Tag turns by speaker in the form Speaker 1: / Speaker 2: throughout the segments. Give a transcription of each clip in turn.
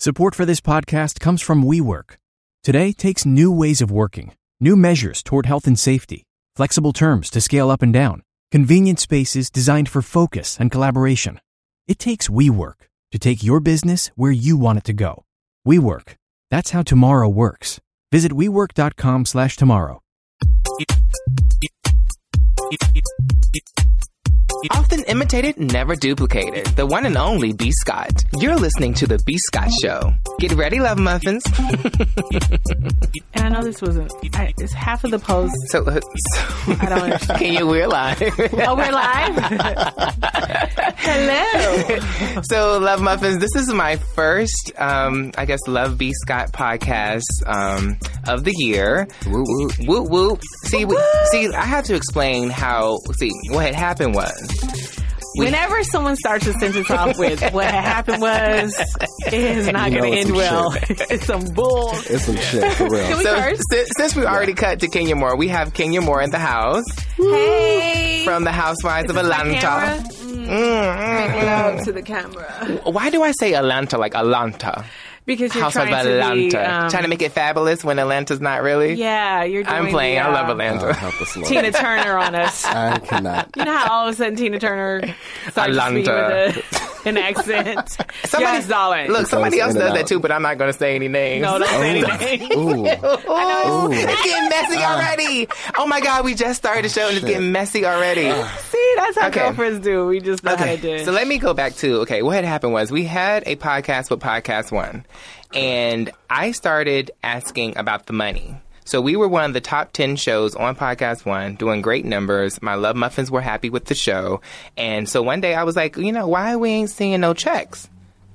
Speaker 1: Support for this podcast comes from WeWork. Today takes new ways of working, new measures toward health and safety, flexible terms to scale up and down, convenient spaces designed for focus and collaboration. It takes WeWork to take your business where you want it to go. WeWork. That's how tomorrow works. Visit WeWork.com slash tomorrow.
Speaker 2: Often imitated, never duplicated. The one and only B. Scott. You're listening to The B. Scott Show. Get ready, love muffins.
Speaker 3: And I know this wasn't. I, it's half of the post.
Speaker 2: so, so
Speaker 3: I don't understand.
Speaker 2: can you we're live?
Speaker 3: oh, we're live. Hello.
Speaker 2: so, love muffins. This is my first, um, I guess, Love B. Scott podcast um, of the year. Woo woo woo woo. See, we, see, I have to explain how. See, what had happened was
Speaker 3: Whenever someone starts a sentence off with "What had happened was," it is not
Speaker 4: You know
Speaker 3: going to
Speaker 4: it's
Speaker 3: end
Speaker 4: some
Speaker 3: well. it's some bull.
Speaker 4: It's some shit for
Speaker 3: Can
Speaker 4: real.
Speaker 3: we
Speaker 2: so.
Speaker 3: curse?
Speaker 2: Since, since we already cut to Kenya Moore, we have Kenya Moore in the house
Speaker 3: Hey.
Speaker 2: from the Housewives of
Speaker 3: Is my
Speaker 2: Atlanta.
Speaker 3: camera?
Speaker 2: Mm, mm,
Speaker 3: Hello to the camera.
Speaker 2: Why do I say Atlanta like Atlanta?
Speaker 3: Because you're
Speaker 2: House of
Speaker 3: trying to
Speaker 2: Atlanta.
Speaker 3: be, um,
Speaker 2: trying to make it fabulous when Atlanta's not really?
Speaker 3: Yeah, you're. Doing
Speaker 2: I'm playing.
Speaker 3: The,
Speaker 2: I love
Speaker 3: uh,
Speaker 4: Oh,
Speaker 2: Atlanta.
Speaker 4: help us, Lord.
Speaker 3: Tina Turner on us.
Speaker 4: I cannot.
Speaker 3: You know how all of a sudden Tina Turner starts to speak with
Speaker 2: Atlanta.
Speaker 3: a, an accent.
Speaker 2: Somebody-
Speaker 3: Yes, darling.
Speaker 2: Look, somebody
Speaker 4: goes
Speaker 2: else
Speaker 4: in
Speaker 2: does
Speaker 4: and
Speaker 2: that
Speaker 4: out.
Speaker 2: too, but I'm not going to say any names.
Speaker 3: no, don't say
Speaker 4: Oh.
Speaker 3: anything.
Speaker 4: Ooh.
Speaker 2: Ooh, it's getting messy already. Oh my God, we just started the show and it's
Speaker 4: Oh,
Speaker 2: getting messy already.
Speaker 3: See, that's how
Speaker 2: Okay.
Speaker 3: girlfriends do. We just know how to do.
Speaker 2: Okay,
Speaker 3: it.
Speaker 2: so let me go back to okay. What had happened was we had a podcast with Podcast One, and I started asking about the money. So we were one of the top ten shows on Podcast One, doing great numbers. My love muffins were happy with the show, and so one day I was like, you know, why we ain't seeing no checks?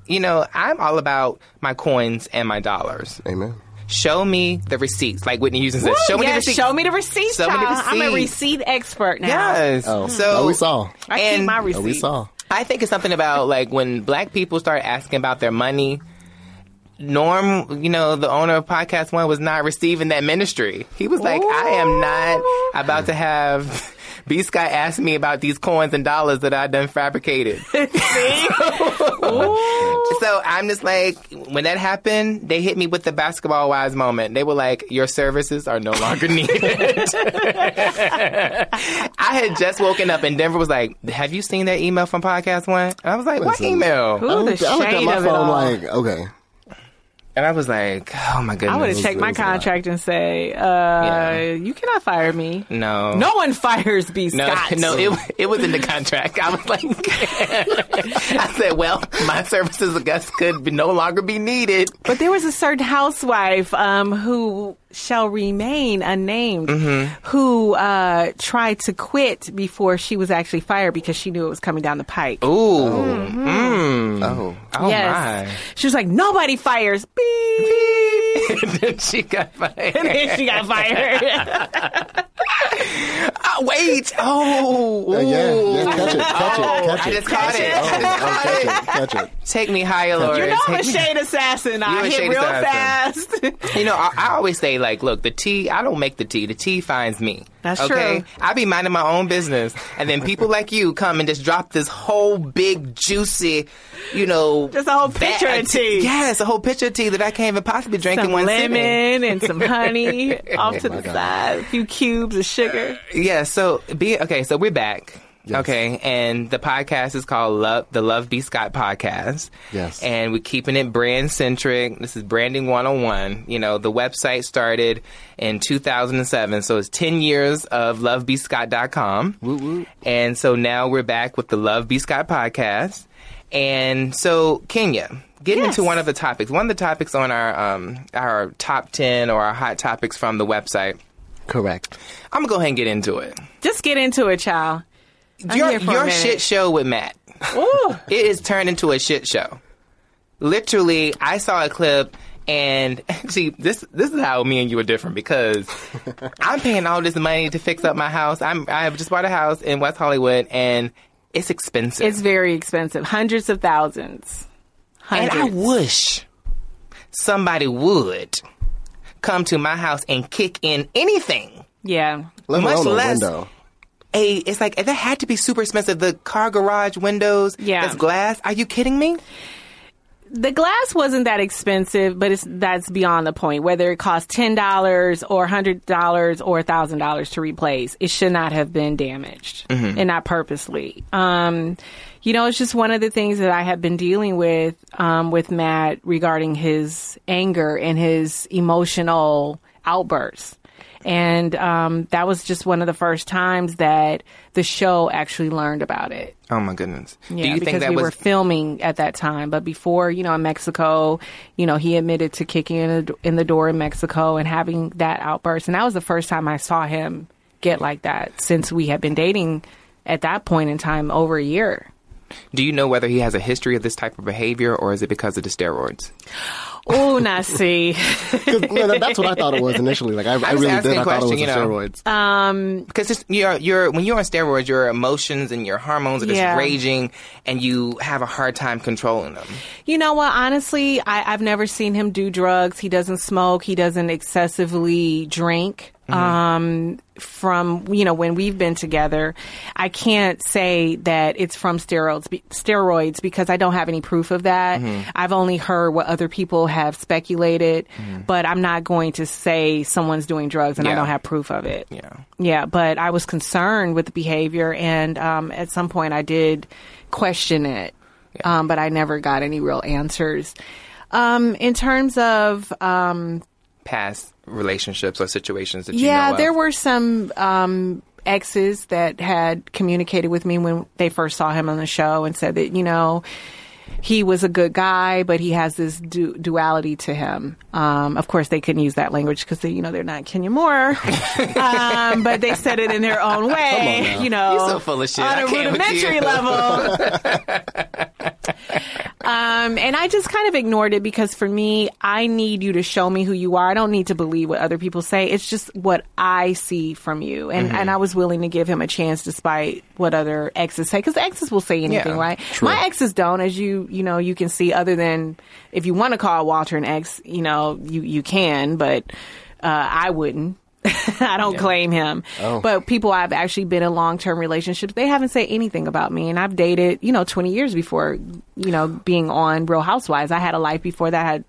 Speaker 2: You know, I'm all about my coins and my dollars.
Speaker 4: Amen.
Speaker 2: Show me the receipts, like Whitney Houston says. Show me the
Speaker 3: yes,
Speaker 2: receipts.
Speaker 3: show me the receipts.
Speaker 2: Show me the
Speaker 3: child. I'm a
Speaker 2: receipts.
Speaker 3: receipt expert now.
Speaker 2: Yes.
Speaker 4: Oh,
Speaker 2: So
Speaker 4: oh, we saw.
Speaker 3: I keep
Speaker 2: And-
Speaker 3: my
Speaker 4: Oh,
Speaker 3: receipts.
Speaker 4: we saw.
Speaker 2: I think it's something about like when black people start asking about their money. Norm, you know, the owner of Podcast One was not receiving that ministry. He was like, I am not about to have B Scott ask me about these coins and dollars that I done fabricated. so I'm just like, when that happened, they hit me with the basketball wise moment. They were like, Your services are no longer needed. I had just woken up and Denver was like, Have you seen that email from Podcast One? And I was like, What
Speaker 4: Listen.
Speaker 2: email?
Speaker 3: Ooh,
Speaker 4: I
Speaker 3: the
Speaker 4: looked, I looked at
Speaker 3: shade
Speaker 4: my
Speaker 3: of it
Speaker 4: phone
Speaker 3: all.
Speaker 4: like, okay.
Speaker 2: And I was like, Oh my goodness.
Speaker 3: I would have checked my
Speaker 4: was a lot.
Speaker 3: contract and say, uh,
Speaker 2: Yeah.
Speaker 3: "You cannot fire me.
Speaker 2: No.
Speaker 3: No one fires B.
Speaker 2: No,
Speaker 3: Scott.
Speaker 2: no, it, it was in the contract. I was like, I said, well, my services, I guess, could be, no longer be needed.
Speaker 3: But there was a certain housewife um, who shall remain unnamed
Speaker 2: Mm-hmm.
Speaker 3: who uh, tried to quit before she was actually fired because she knew it was coming down the pike.
Speaker 2: Ooh, Mm-hmm.
Speaker 4: Oh.
Speaker 2: oh
Speaker 3: yes. She was like, nobody fires. Beep.
Speaker 2: my! then she got
Speaker 3: and
Speaker 2: fired.
Speaker 3: then she got fired.
Speaker 2: Oh, wait, oh,
Speaker 4: Uh, yeah,
Speaker 2: ooh.
Speaker 4: yeah, catch it, catch it, catch
Speaker 2: I
Speaker 4: it.
Speaker 2: just caught it.
Speaker 4: Oh, oh, catch it, catch it.
Speaker 2: Take me higher, Lord.
Speaker 3: you know I'm a
Speaker 2: Take me-
Speaker 3: shade assassin. I
Speaker 2: a
Speaker 3: hit
Speaker 2: shade
Speaker 3: real
Speaker 2: assassin.
Speaker 3: fast.
Speaker 2: You know, I, I always say, like, look, the tea, I don't make the tea. The tea finds me.
Speaker 3: That's
Speaker 2: okay?
Speaker 3: true.
Speaker 2: I be minding my own business. And then people like you come and just drop this whole big, juicy, you know.
Speaker 3: Just a whole
Speaker 2: bag
Speaker 3: pitcher of tea.
Speaker 2: Yes, a whole pitcher of tea that I can't even possibly drink
Speaker 3: Some
Speaker 2: in one Oh
Speaker 3: lemon
Speaker 2: sitting.
Speaker 3: and some honey off to the
Speaker 4: God.
Speaker 3: side. A few cubes of sugar.
Speaker 2: Yeah, so be okay, so we're back.
Speaker 4: Yes.
Speaker 2: Okay, and the podcast is called Love the Love B Scott podcast.
Speaker 4: Yes.
Speaker 2: And we're keeping it brand centric. This is branding 101. You know, the website started in 2007, so it's 10 years of lovebscott.com. Woo woo. And so now we're back with the Love B Scott podcast. And so Kenya, get
Speaker 3: Yes.
Speaker 2: into one of the topics. One of the topics on our um our top 10 or our hot topics from the website.
Speaker 4: Correct.
Speaker 2: I'm going to go ahead and get into it.
Speaker 3: Just get into it, child. I'm
Speaker 2: your
Speaker 3: here for a
Speaker 2: your
Speaker 3: minute.
Speaker 2: shit show with Matt.
Speaker 3: Ooh.
Speaker 2: It is turned into a shit show. Literally, I saw a clip and see this this is how me and you are different because I'm paying all this money to fix up my house. I'm I have just bought a house in West Hollywood and it's expensive.
Speaker 3: It's very expensive. Hundreds of thousands.
Speaker 2: and
Speaker 3: Hundreds.
Speaker 2: I wish somebody would come to my house and kick in anything.
Speaker 3: Yeah.
Speaker 4: Let
Speaker 2: Much
Speaker 4: alone a
Speaker 2: less-
Speaker 4: window.
Speaker 2: A it's like that had to be super expensive. The car garage windows,
Speaker 3: Yeah.
Speaker 2: that's glass. Are you kidding me?
Speaker 3: the glass wasn't that expensive, but it's that's beyond the point. Whether it cost ten dollars or hundred dollars or thousand dollars to replace, it should not have been damaged and not purposely. Um, you know, it's just one of the things that I have been dealing with um, with Matt regarding his anger and his emotional outbursts. And um, that was just one of the first times that the show actually learned about it.
Speaker 2: Oh my goodness.
Speaker 3: Yeah,
Speaker 2: Do you
Speaker 3: because
Speaker 2: think that
Speaker 3: we
Speaker 2: was
Speaker 3: were filming at that time. But before, you know, in Mexico, you know, he admitted to kicking in, the- in the door in Mexico and having that outburst. And that was the first time I saw him get like that since we had been dating at that point in time over a year.
Speaker 2: Do you know whether he has a history of this type of behavior or is it because of the steroids?
Speaker 3: Oh, Nasi.
Speaker 4: 'Cause, no, that- that's what I thought it was initially. Like I, I
Speaker 2: was
Speaker 4: really
Speaker 2: asking
Speaker 4: did.
Speaker 2: a
Speaker 4: I thought it
Speaker 2: question,
Speaker 4: was
Speaker 2: you
Speaker 4: the
Speaker 2: know.
Speaker 4: steroids.
Speaker 3: Um,
Speaker 2: Because it's, you're, you're, when you're on steroids, your emotions and your hormones are just
Speaker 3: Yeah.
Speaker 2: raging and you have a hard time controlling them.
Speaker 3: You know what? Honestly, I, I've never seen him do drugs. He doesn't smoke. He doesn't excessively drink.
Speaker 2: Mm-hmm.
Speaker 3: Um, from you know when we've been together, I can't say that it's from steroids. be- Steroids because I don't have any proof of that.
Speaker 2: Mm-hmm.
Speaker 3: I've only heard what other people have speculated, but I'm not going to say someone's doing drugs and I
Speaker 2: Mm-hmm. Yeah.
Speaker 3: don't have proof of it.
Speaker 2: Yeah.
Speaker 3: Yeah, but I was concerned with the behavior, and um, at some point I did question it, um, but I never got any real answers. Um, in terms of, um,
Speaker 2: Past relationships or situations that you know
Speaker 3: yeah,
Speaker 2: of.
Speaker 3: there were some um, exes that had communicated with me when they first saw him on the show and said that, you know, he was a good guy, but he has this du- duality to him. Um, of course, they couldn't use that language because they, you know, they're not Kenya Moore, um, but they said it in their own way. You know,
Speaker 2: You're so full of shit.
Speaker 3: on
Speaker 2: I
Speaker 3: a
Speaker 2: can't with
Speaker 3: rudimentary
Speaker 2: you.
Speaker 3: level. um, and I just kind of ignored it because for me, I need you to show me who you are. I don't need to believe what other people say. It's just what I see from you. And and I was willing to give him a chance despite what other exes say because exes will say anything,
Speaker 2: Yeah,
Speaker 3: right? My exes don't, as you you know you can see. Other than if you want to call Walter an ex, you know you you can, but uh, I wouldn't. I don't claim him. But people I've actually been in long term relationships, they haven't said anything about me. And I've dated, you know, 20 years before, you know, being on Real Housewives. I had a life before that I had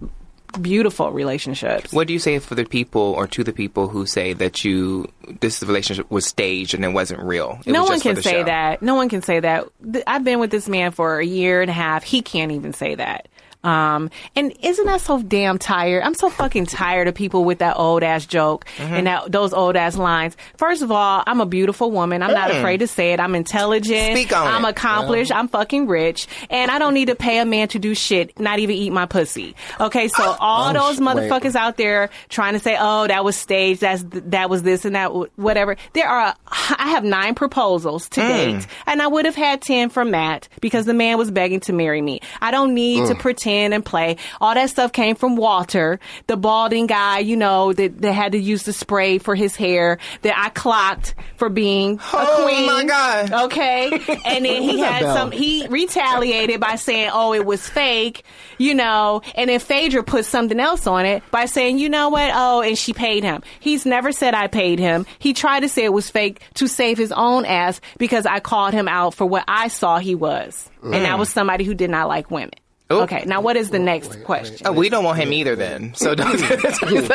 Speaker 3: beautiful relationships.
Speaker 2: What do you say for the people or to the people who say that you this relationship was staged and it wasn't real? It
Speaker 3: no
Speaker 2: was
Speaker 3: one
Speaker 2: just for
Speaker 3: can
Speaker 2: the
Speaker 3: say
Speaker 2: show?
Speaker 3: that. No one can say that. Th- I've been with this man for a year and a half. He can't even say that. Um, and isn't that so damn tired? I'm so fucking tired of people with that old ass joke
Speaker 2: Mm-hmm.
Speaker 3: and that, those old ass lines. First of all, I'm a beautiful woman. I'm not afraid to say it. I'm intelligent.
Speaker 2: Mm. Speak on
Speaker 3: I'm
Speaker 2: it.
Speaker 3: accomplished. I'm fucking rich. And I don't need to pay a man to do shit, not even eat my pussy. Okay, so all
Speaker 4: Oh,
Speaker 3: those
Speaker 4: sh- wait.
Speaker 3: motherfuckers is out there trying to say, "Oh, that was staged. That's th- that was this and that w- whatever." There are I have nine proposals
Speaker 2: Hmm.
Speaker 3: to date, and I would have had ten from Matt because the man was begging to marry me. I don't need to pretend and play. All that stuff came from Walter, the balding guy, you know, that, that had to use the spray for his hair that I clocked for being a
Speaker 2: Oh,
Speaker 3: queen.
Speaker 2: my God.
Speaker 3: Okay, and then he had
Speaker 4: about?
Speaker 3: some. He retaliated by saying, "Oh, it was fake," you know. And then Phaedra put something else on it by saying, "You know what? Oh, and she paid him." He's never said I paid him. He tried to say it was fake to save his own ass because I called him out for what I saw he was, and
Speaker 2: Mm.
Speaker 3: I was somebody who did not like women.
Speaker 2: Oop.
Speaker 3: Okay, now what is the next question?
Speaker 2: Oh, we don't want him either then. So don't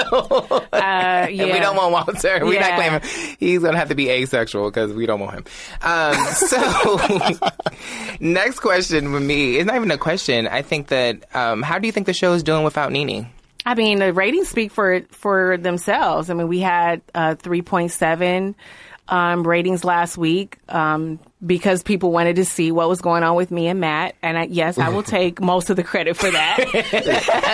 Speaker 3: Uh, yeah.
Speaker 2: And we don't want Walter. We're
Speaker 3: Yeah.
Speaker 2: not claiming he's going to have to be asexual because we don't want him. Um, so, next question for me it's not even a question. I think that um, how do you think the show is doing without Nene?
Speaker 3: I mean, the ratings speak for for themselves. I mean, we had uh, three point seven um, ratings last week um, because people wanted to see what was going on with me and Matt. And I, yes, I will take most of the credit for that.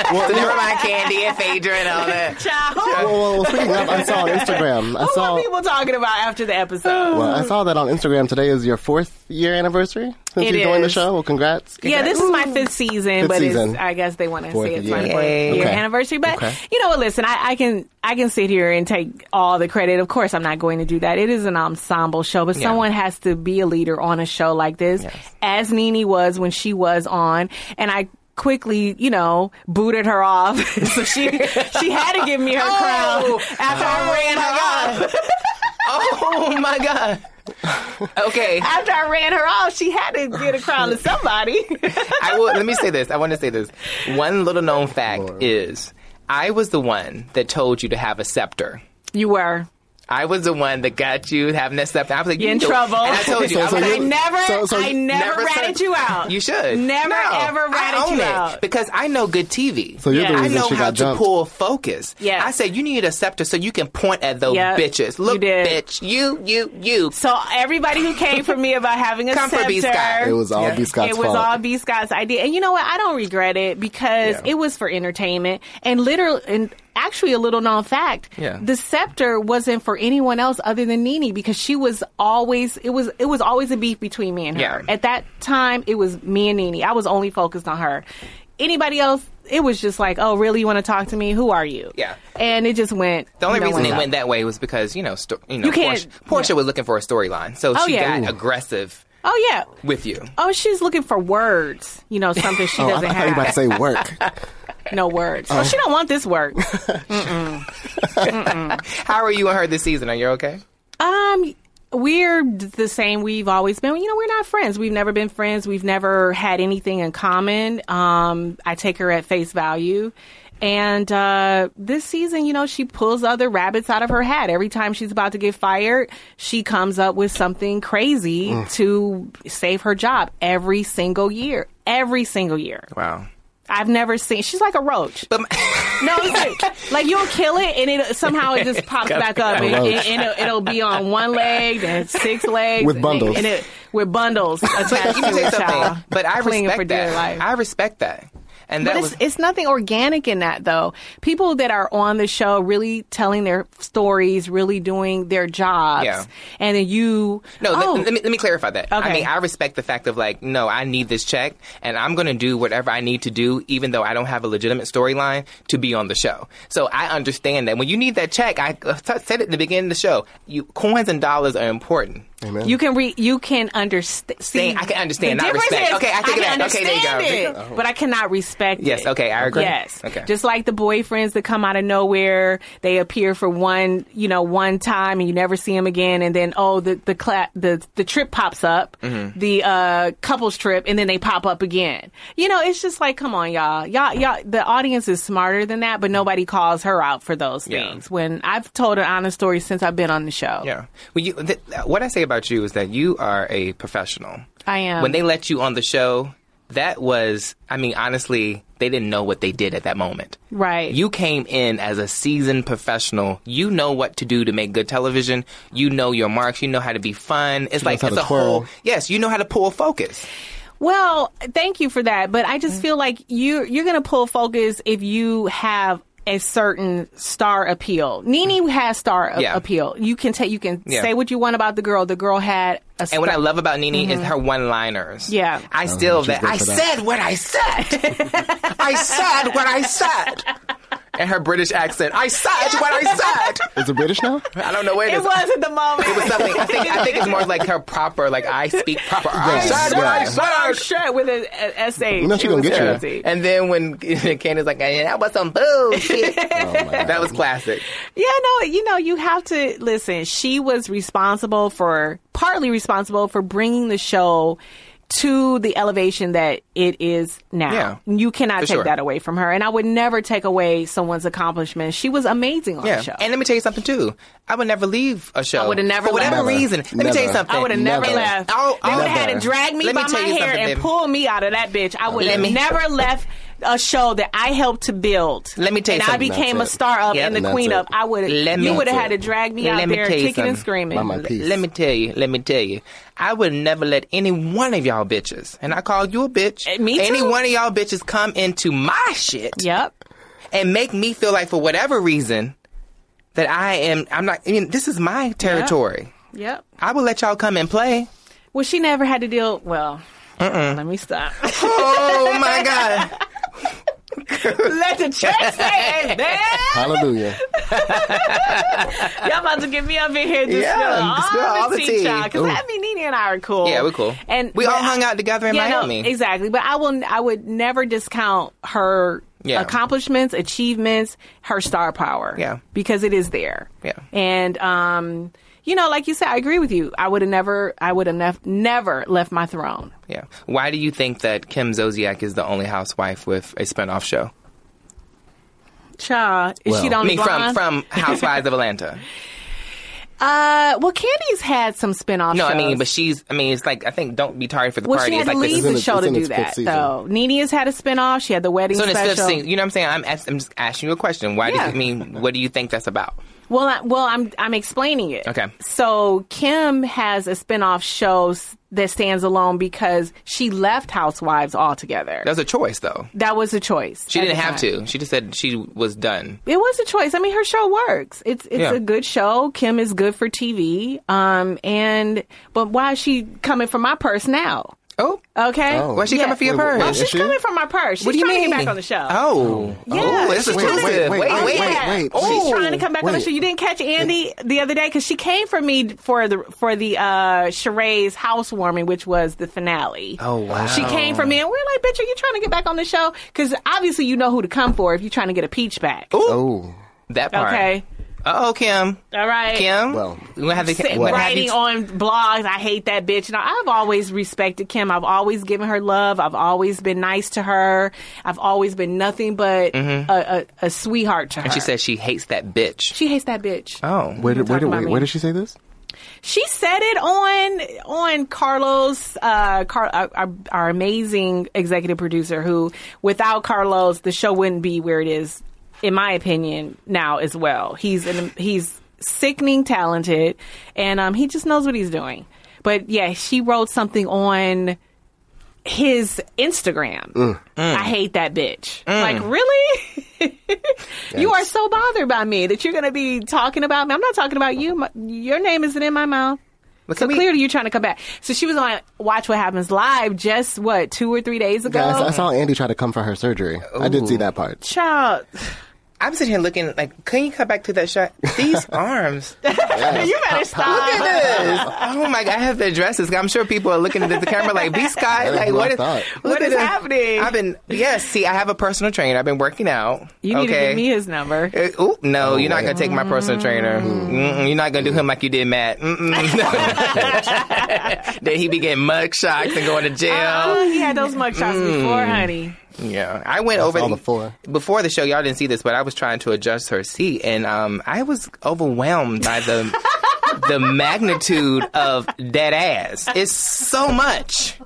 Speaker 2: so never mind Candy and Phaedra and all that.
Speaker 3: Child,
Speaker 4: well, well, speaking of, I saw on Instagram. I
Speaker 3: what
Speaker 4: saw.
Speaker 3: were people talking about after the episode?
Speaker 4: Well, I saw that on Instagram. Today is your fourth year anniversary since
Speaker 3: It
Speaker 4: you joined the
Speaker 3: is.
Speaker 4: show. Well, congrats.
Speaker 3: Yeah, this is my fifth season, but
Speaker 4: season.
Speaker 3: It's, I guess they want to
Speaker 4: Fourth
Speaker 3: say it's
Speaker 4: year.
Speaker 3: my fourth
Speaker 2: Yay.
Speaker 3: year
Speaker 4: Okay.
Speaker 3: anniversary. But
Speaker 4: Okay.
Speaker 3: you know what? Listen, I, I can I can sit here and take all the credit. Of course, I'm not going to do that. It is an ensemble show, but
Speaker 2: Yeah.
Speaker 3: someone has to be a leader on a show like this, as Nene was when she was on, and I. Quickly, you know, booted her off. so she she had to Oh. give me her crown after I ran her off.
Speaker 2: Oh my God. Okay.
Speaker 3: After I ran her off, she had to get a crown to somebody.
Speaker 2: I will let me say this. I want to say this. One little known fact is I was the one that told you to have a scepter.
Speaker 3: you were.
Speaker 2: I was the one that got you having that scepter. I was like,
Speaker 3: You're in
Speaker 2: you-
Speaker 3: trouble.
Speaker 2: And I told you,
Speaker 4: So-
Speaker 2: I was
Speaker 4: so
Speaker 2: like,
Speaker 3: I never,
Speaker 4: So- so
Speaker 3: I never,
Speaker 2: never
Speaker 3: ratted
Speaker 2: said-
Speaker 3: you out.
Speaker 2: You should
Speaker 3: never
Speaker 2: No,
Speaker 3: ever ratted
Speaker 2: I own
Speaker 3: you
Speaker 2: it
Speaker 3: out.
Speaker 2: because I know good TV.
Speaker 4: So you're
Speaker 3: Yeah.
Speaker 4: the
Speaker 3: I
Speaker 2: I
Speaker 4: reason
Speaker 2: know
Speaker 4: she
Speaker 2: how
Speaker 4: got
Speaker 2: to
Speaker 4: jumped.
Speaker 2: pull focus.
Speaker 3: Yes.
Speaker 2: I said you need a scepter so you can point at those
Speaker 3: Yep,
Speaker 2: bitches.
Speaker 3: you
Speaker 2: Look,
Speaker 3: did.
Speaker 2: bitch, you, you, you.
Speaker 3: So everybody who came for me about having a
Speaker 2: Come for
Speaker 3: scepter,
Speaker 2: B. Scott.
Speaker 4: It was all
Speaker 2: Yeah.
Speaker 4: B. Scott's
Speaker 3: it was
Speaker 4: fault.
Speaker 3: all B. Scott's idea, and you know what? I don't regret it because
Speaker 4: Yeah.
Speaker 3: it was for entertainment and literally, and actually, a little known fact:
Speaker 2: Yeah.
Speaker 3: the scepter wasn't for anyone else other than Nene because she was always it was it was always a beef between me and her.
Speaker 2: Yeah.
Speaker 3: At that time, it was me and Nene. I was only focused on her. Anybody else, it was just like, oh, really? You want to talk to me? Who are you?
Speaker 2: Yeah.
Speaker 3: and it just went.
Speaker 2: The only
Speaker 3: no
Speaker 2: reason
Speaker 3: one
Speaker 2: it
Speaker 3: else.
Speaker 2: went that way was because you know, sto- you know,
Speaker 3: You can't-
Speaker 2: Portia, Portia was looking for a storyline, so
Speaker 3: Oh,
Speaker 2: she
Speaker 3: yeah.
Speaker 2: got
Speaker 3: Ooh.
Speaker 2: aggressive
Speaker 3: Oh yeah.
Speaker 2: with you.
Speaker 3: Oh, she's looking for words. You know, something she
Speaker 4: Oh, I
Speaker 3: doesn't
Speaker 4: thought you were about to
Speaker 3: have.
Speaker 4: say work.
Speaker 3: No words. Oh, she don't want this work.
Speaker 2: How are you and her this season? Are you okay?
Speaker 3: Um, we're the same we've always been. You know, we're not friends. We've never been friends. We've never had anything in common. Um, I take her at face value. And uh, this season, you know, she pulls other rabbits out of her hat. Every time she's about to get fired, she comes up with something crazy to save her job every single year. Every single year.
Speaker 2: Wow.
Speaker 3: I've never seen. She's like a roach.
Speaker 2: But
Speaker 3: No, it's like, like you'll kill it and it somehow it just pops back up and, and, and it'll, it'll be on one leg and six legs
Speaker 4: With
Speaker 3: and-
Speaker 4: bundles.
Speaker 3: and, it, with bundles attached
Speaker 2: let me
Speaker 3: to
Speaker 2: say
Speaker 3: it. Child.
Speaker 2: something. But I
Speaker 3: clinging
Speaker 2: respect
Speaker 3: for dear life.
Speaker 2: that. I respect that. And that
Speaker 3: But
Speaker 2: was
Speaker 3: it's, it's nothing organic in that, though. People that are on the show really telling their stories, really doing their jobs,
Speaker 2: Yeah.
Speaker 3: and then you
Speaker 2: No, let-
Speaker 3: oh,
Speaker 2: let, me let me clarify that. I
Speaker 3: Okay.
Speaker 2: mean, I respect the fact of like, no, I need this check, and I'm going to do whatever I need to do, even though I don't have a legitimate storyline to be on the show. So I understand that when you need that check, I uh, t- said it at the beginning of the show. You coins and dollars are important.
Speaker 4: Amen.
Speaker 3: You can re- you can understand.
Speaker 2: Saying, I can understand,
Speaker 3: The
Speaker 2: not
Speaker 3: difference
Speaker 2: respect.
Speaker 3: is,
Speaker 2: Okay, I take it
Speaker 3: can
Speaker 2: back. Okay, there you go. Oh.
Speaker 3: understand it, but I cannot respect.
Speaker 2: Yes,
Speaker 3: it.
Speaker 2: okay, I agree.
Speaker 3: Yes,
Speaker 2: Okay.
Speaker 3: Just like the boyfriends that come out of nowhere, they appear for one, you know, one time, and you never see them again. And then oh, the the cla- the the trip pops up,
Speaker 2: Mm-hmm.
Speaker 3: the uh, couples trip, and then they pop up again. You know, it's just like, come on, y'all, y'all, y'all. The audience is smarter than that, but nobody calls her out for those
Speaker 2: Yeah.
Speaker 3: things. When I've told an honest story since I've been on the show.
Speaker 2: Yeah. Well, you, th- what I say about you is that you are a professional.
Speaker 3: I am.
Speaker 2: When they let you on the show, that was, I mean, honestly, they didn't know what they did at that moment.
Speaker 3: Right.
Speaker 2: You came in as a seasoned professional. You know what to do to make good television. You know your marks. You know how to be fun. It's like
Speaker 4: how
Speaker 2: it's
Speaker 4: to
Speaker 2: a whole.
Speaker 4: twirl.
Speaker 2: Yes, you know how to pull focus.
Speaker 3: Well, thank you for that, but I
Speaker 2: Mm.
Speaker 3: just feel like you you're going to pull focus if you have a certain star appeal. Nene has star a-
Speaker 2: Mm. Yeah.
Speaker 3: appeal. You can take you can
Speaker 2: Yeah.
Speaker 3: say what you want about the girl. The girl had a
Speaker 2: And what I
Speaker 3: star-
Speaker 2: love about Nene is her one-liners.
Speaker 3: Mm-hmm. Yeah.
Speaker 2: I still
Speaker 4: Oh, she's
Speaker 2: that
Speaker 4: good
Speaker 2: I
Speaker 4: for that.
Speaker 2: said what I said. I said what I said. And her British accent. I said what I said.
Speaker 4: Is it British now?
Speaker 2: I don't know where it
Speaker 3: it
Speaker 2: is.
Speaker 3: was at the moment.
Speaker 2: It was something. I think. I think it's more like her proper. Like I speak proper. I
Speaker 4: Yes,
Speaker 2: said what
Speaker 4: yes.
Speaker 2: I said.
Speaker 3: shirt with an essay.
Speaker 4: No, she gonna get you.
Speaker 2: And then when Candace like, "Hey, that was some bullshit.
Speaker 3: Oh,
Speaker 4: God.
Speaker 2: that was classic.
Speaker 3: Yeah, no, you know, you have to listen. She was responsible for, partly responsible for bringing the show to the elevation that it is now.
Speaker 2: Yeah.
Speaker 3: you cannot
Speaker 2: For
Speaker 3: take
Speaker 2: sure.
Speaker 3: that away from her. And I would never take away someone's accomplishment. She was amazing on the show.
Speaker 2: And let me tell you something too. I would never leave a show.
Speaker 3: I would've never
Speaker 2: for whatever
Speaker 4: left. Never.
Speaker 2: reason. Let me
Speaker 4: Never.
Speaker 2: tell you something.
Speaker 3: I would have never,
Speaker 4: Never.
Speaker 3: left.
Speaker 2: I'll-
Speaker 3: they
Speaker 2: I'll-
Speaker 3: would have had to drag me
Speaker 2: Let
Speaker 3: by
Speaker 2: me
Speaker 3: my
Speaker 2: tell you
Speaker 3: hair
Speaker 2: something,
Speaker 3: and
Speaker 2: baby.
Speaker 3: pull me out of that bitch. I would
Speaker 2: Let
Speaker 3: have
Speaker 2: me-
Speaker 3: never left a show that I helped to build.
Speaker 2: Let me tell you
Speaker 3: and
Speaker 2: something.
Speaker 3: I became a
Speaker 4: That's it.
Speaker 3: star of
Speaker 2: Yep.
Speaker 3: and the
Speaker 4: That's
Speaker 3: queen
Speaker 4: it.
Speaker 3: of. I would
Speaker 2: Let
Speaker 3: have.
Speaker 2: me-
Speaker 3: You would have
Speaker 2: That's
Speaker 3: had
Speaker 2: it.
Speaker 3: to drag me
Speaker 2: Let
Speaker 3: out
Speaker 2: me
Speaker 3: there,
Speaker 2: tell you
Speaker 3: kicking and
Speaker 2: something.
Speaker 3: screaming.
Speaker 4: Mama,
Speaker 2: L-
Speaker 4: Peace.
Speaker 2: Let me tell you, let me tell you. I would never let any one of y'all bitches, and I call you a bitch.
Speaker 3: Eh, me
Speaker 2: Any
Speaker 3: too.
Speaker 2: one of y'all bitches come into my shit
Speaker 3: Yep.
Speaker 2: and make me feel like for whatever reason that I am I'm not I mean, this is my territory.
Speaker 3: Yep.
Speaker 2: I will let y'all come and play.
Speaker 3: Well, she never had to deal. Well,
Speaker 2: Uh-uh.
Speaker 3: let me stop.
Speaker 2: Oh my god.
Speaker 3: let the check stand, man.
Speaker 4: Hallelujah.
Speaker 3: Y'all about to get me up in here just
Speaker 2: Yeah,
Speaker 3: spill all, the tea, child. Because
Speaker 4: Ooh.
Speaker 3: Happy Nene and I are cool.
Speaker 2: Yeah, we're cool.
Speaker 3: And
Speaker 2: we all
Speaker 3: but-
Speaker 2: hung out together in
Speaker 3: yeah, no,
Speaker 2: Miami.
Speaker 3: exactly. But I will. I would never discount her
Speaker 2: Yeah.
Speaker 3: accomplishments, achievements, her star power.
Speaker 2: Yeah.
Speaker 3: because it is there.
Speaker 2: Yeah.
Speaker 3: and um, you know, like you said, I agree with you. I would have never, I would have nef- never left my throne.
Speaker 2: Yeah. Why do you think that Kim Zodiac is the only housewife with a spinoff show?
Speaker 3: Child, is she the
Speaker 4: Well-
Speaker 2: I
Speaker 3: only
Speaker 2: mean, from
Speaker 3: blonde?
Speaker 2: from Housewives of Atlanta.
Speaker 3: uh, well, Candy's had some spinoff.
Speaker 2: No,
Speaker 3: shows.
Speaker 2: I mean, but she's. I mean, it's like I think don't be tardy for the
Speaker 3: well,
Speaker 2: party.
Speaker 3: she had
Speaker 2: it's
Speaker 3: to
Speaker 2: like
Speaker 3: leave
Speaker 4: It's in
Speaker 3: the
Speaker 4: its-
Speaker 3: show to
Speaker 4: it's in
Speaker 3: do
Speaker 4: its fifth
Speaker 3: that
Speaker 4: season.
Speaker 3: though. Nini's had a spinoff. She had the wedding
Speaker 2: So in its
Speaker 3: special.
Speaker 2: fifth season, you know what I'm saying? I'm, ask- I'm just asking you a question. Why
Speaker 3: Yeah.
Speaker 2: does it mean? What do you think that's about?
Speaker 3: Well, I, well, I'm I'm explaining it.
Speaker 2: Okay.
Speaker 3: So Kim has a spinoff show s- that stands alone because she left Housewives altogether.
Speaker 2: That was a choice, though.
Speaker 3: that was a choice.
Speaker 2: She
Speaker 3: at
Speaker 2: didn't
Speaker 3: the
Speaker 2: have
Speaker 3: time.
Speaker 2: to. She just said she was done.
Speaker 3: It was a choice. I mean, her show works. It's it's
Speaker 2: Yeah.
Speaker 3: a good show. Kim is good for TV. Um, and but why is she coming for my purse now?
Speaker 2: Oh,
Speaker 3: Okay.
Speaker 4: Oh.
Speaker 2: why is she
Speaker 3: Yeah.
Speaker 2: coming for your
Speaker 4: Wait, wait,
Speaker 2: purse?
Speaker 4: wait,
Speaker 3: Oh, she's
Speaker 4: Is she?
Speaker 3: coming for my purse. She's
Speaker 2: what do you
Speaker 3: trying
Speaker 2: mean?
Speaker 3: to get back on the show.
Speaker 2: Oh,
Speaker 3: Yeah,
Speaker 2: oh, it's
Speaker 3: she's
Speaker 2: exclusive.
Speaker 3: trying to-
Speaker 2: Wait,
Speaker 4: Oh,
Speaker 2: wait,
Speaker 4: yeah. wait, wait.
Speaker 3: She's
Speaker 2: Oh.
Speaker 3: trying to come back on the
Speaker 4: wait.
Speaker 3: show. You didn't catch Andy the other day because she came for me for the for the uh Sheree's housewarming, which was the finale.
Speaker 2: Oh, wow.
Speaker 3: She came for me, and we're like, "Bitch, are you trying to get back on the show?" Because obviously, you know who to come for if you're trying to get a peach back.
Speaker 4: Oh,
Speaker 2: That part.
Speaker 3: Okay,
Speaker 2: Oh, Kim.
Speaker 3: all right.
Speaker 2: Kim.
Speaker 4: Well.
Speaker 2: we have the,
Speaker 3: Sit-
Speaker 2: we'll have
Speaker 3: writing
Speaker 2: you-
Speaker 3: on blogs, I hate that bitch. Now, I've always respected Kim. I've always given her love. I've always been nice to her. I've always been nothing but a, a, a sweetheart to her.
Speaker 2: Mm-hmm. And she says she hates that bitch.
Speaker 3: she hates that bitch.
Speaker 2: Oh,
Speaker 4: where did, where, did,
Speaker 3: talking about
Speaker 4: wait,
Speaker 3: me.
Speaker 4: where did she say this?
Speaker 3: She said it on on Carlos, uh, Car- our- our, our amazing executive producer, who without Carlos, the show wouldn't be where it is, in my opinion, now as well. He's an, he's sickening talented, and um, he just knows what he's doing. But yeah, she wrote something on his Instagram. I hate that bitch. Like really. You are so bothered by me that you're going to be talking about me. I'm not talking about you. My, your name isn't in my mouth.
Speaker 2: But
Speaker 3: So
Speaker 2: can we-
Speaker 3: clearly, you're trying to come back. So she was on Watch What Happens Live just what two or three days ago.
Speaker 4: Yeah, I, saw- I saw Andy try to come for her surgery. I did see that part.
Speaker 3: Child,
Speaker 2: I'm sitting here looking like, can you come back to that shot? These arms. Look
Speaker 3: you better stop.
Speaker 2: at this. Oh my god, I have to address this. I'm sure people are looking at the camera like, B Scott,
Speaker 4: That's
Speaker 2: like
Speaker 4: what I
Speaker 2: what is
Speaker 4: thought.
Speaker 2: look
Speaker 3: What
Speaker 2: at
Speaker 3: is
Speaker 2: this.
Speaker 3: happening?
Speaker 2: I've been yes, see, I have a personal trainer. I've been working out.
Speaker 3: You need to
Speaker 2: okay.
Speaker 3: give me his number.
Speaker 2: Uh, ooh, no, you're not gonna take my personal trainer. Mm-mm, you're not gonna do him like you did Matt. Mm-mm. then he be getting mug shots and going to jail.
Speaker 3: Oh, he had those mug shots
Speaker 2: Mm.
Speaker 3: before, honey.
Speaker 2: Yeah, I went over
Speaker 4: all the four.
Speaker 2: before the show. Y'all didn't see this, but I was trying to adjust her seat, and um, I was overwhelmed by the the magnitude of that ass. It's so much.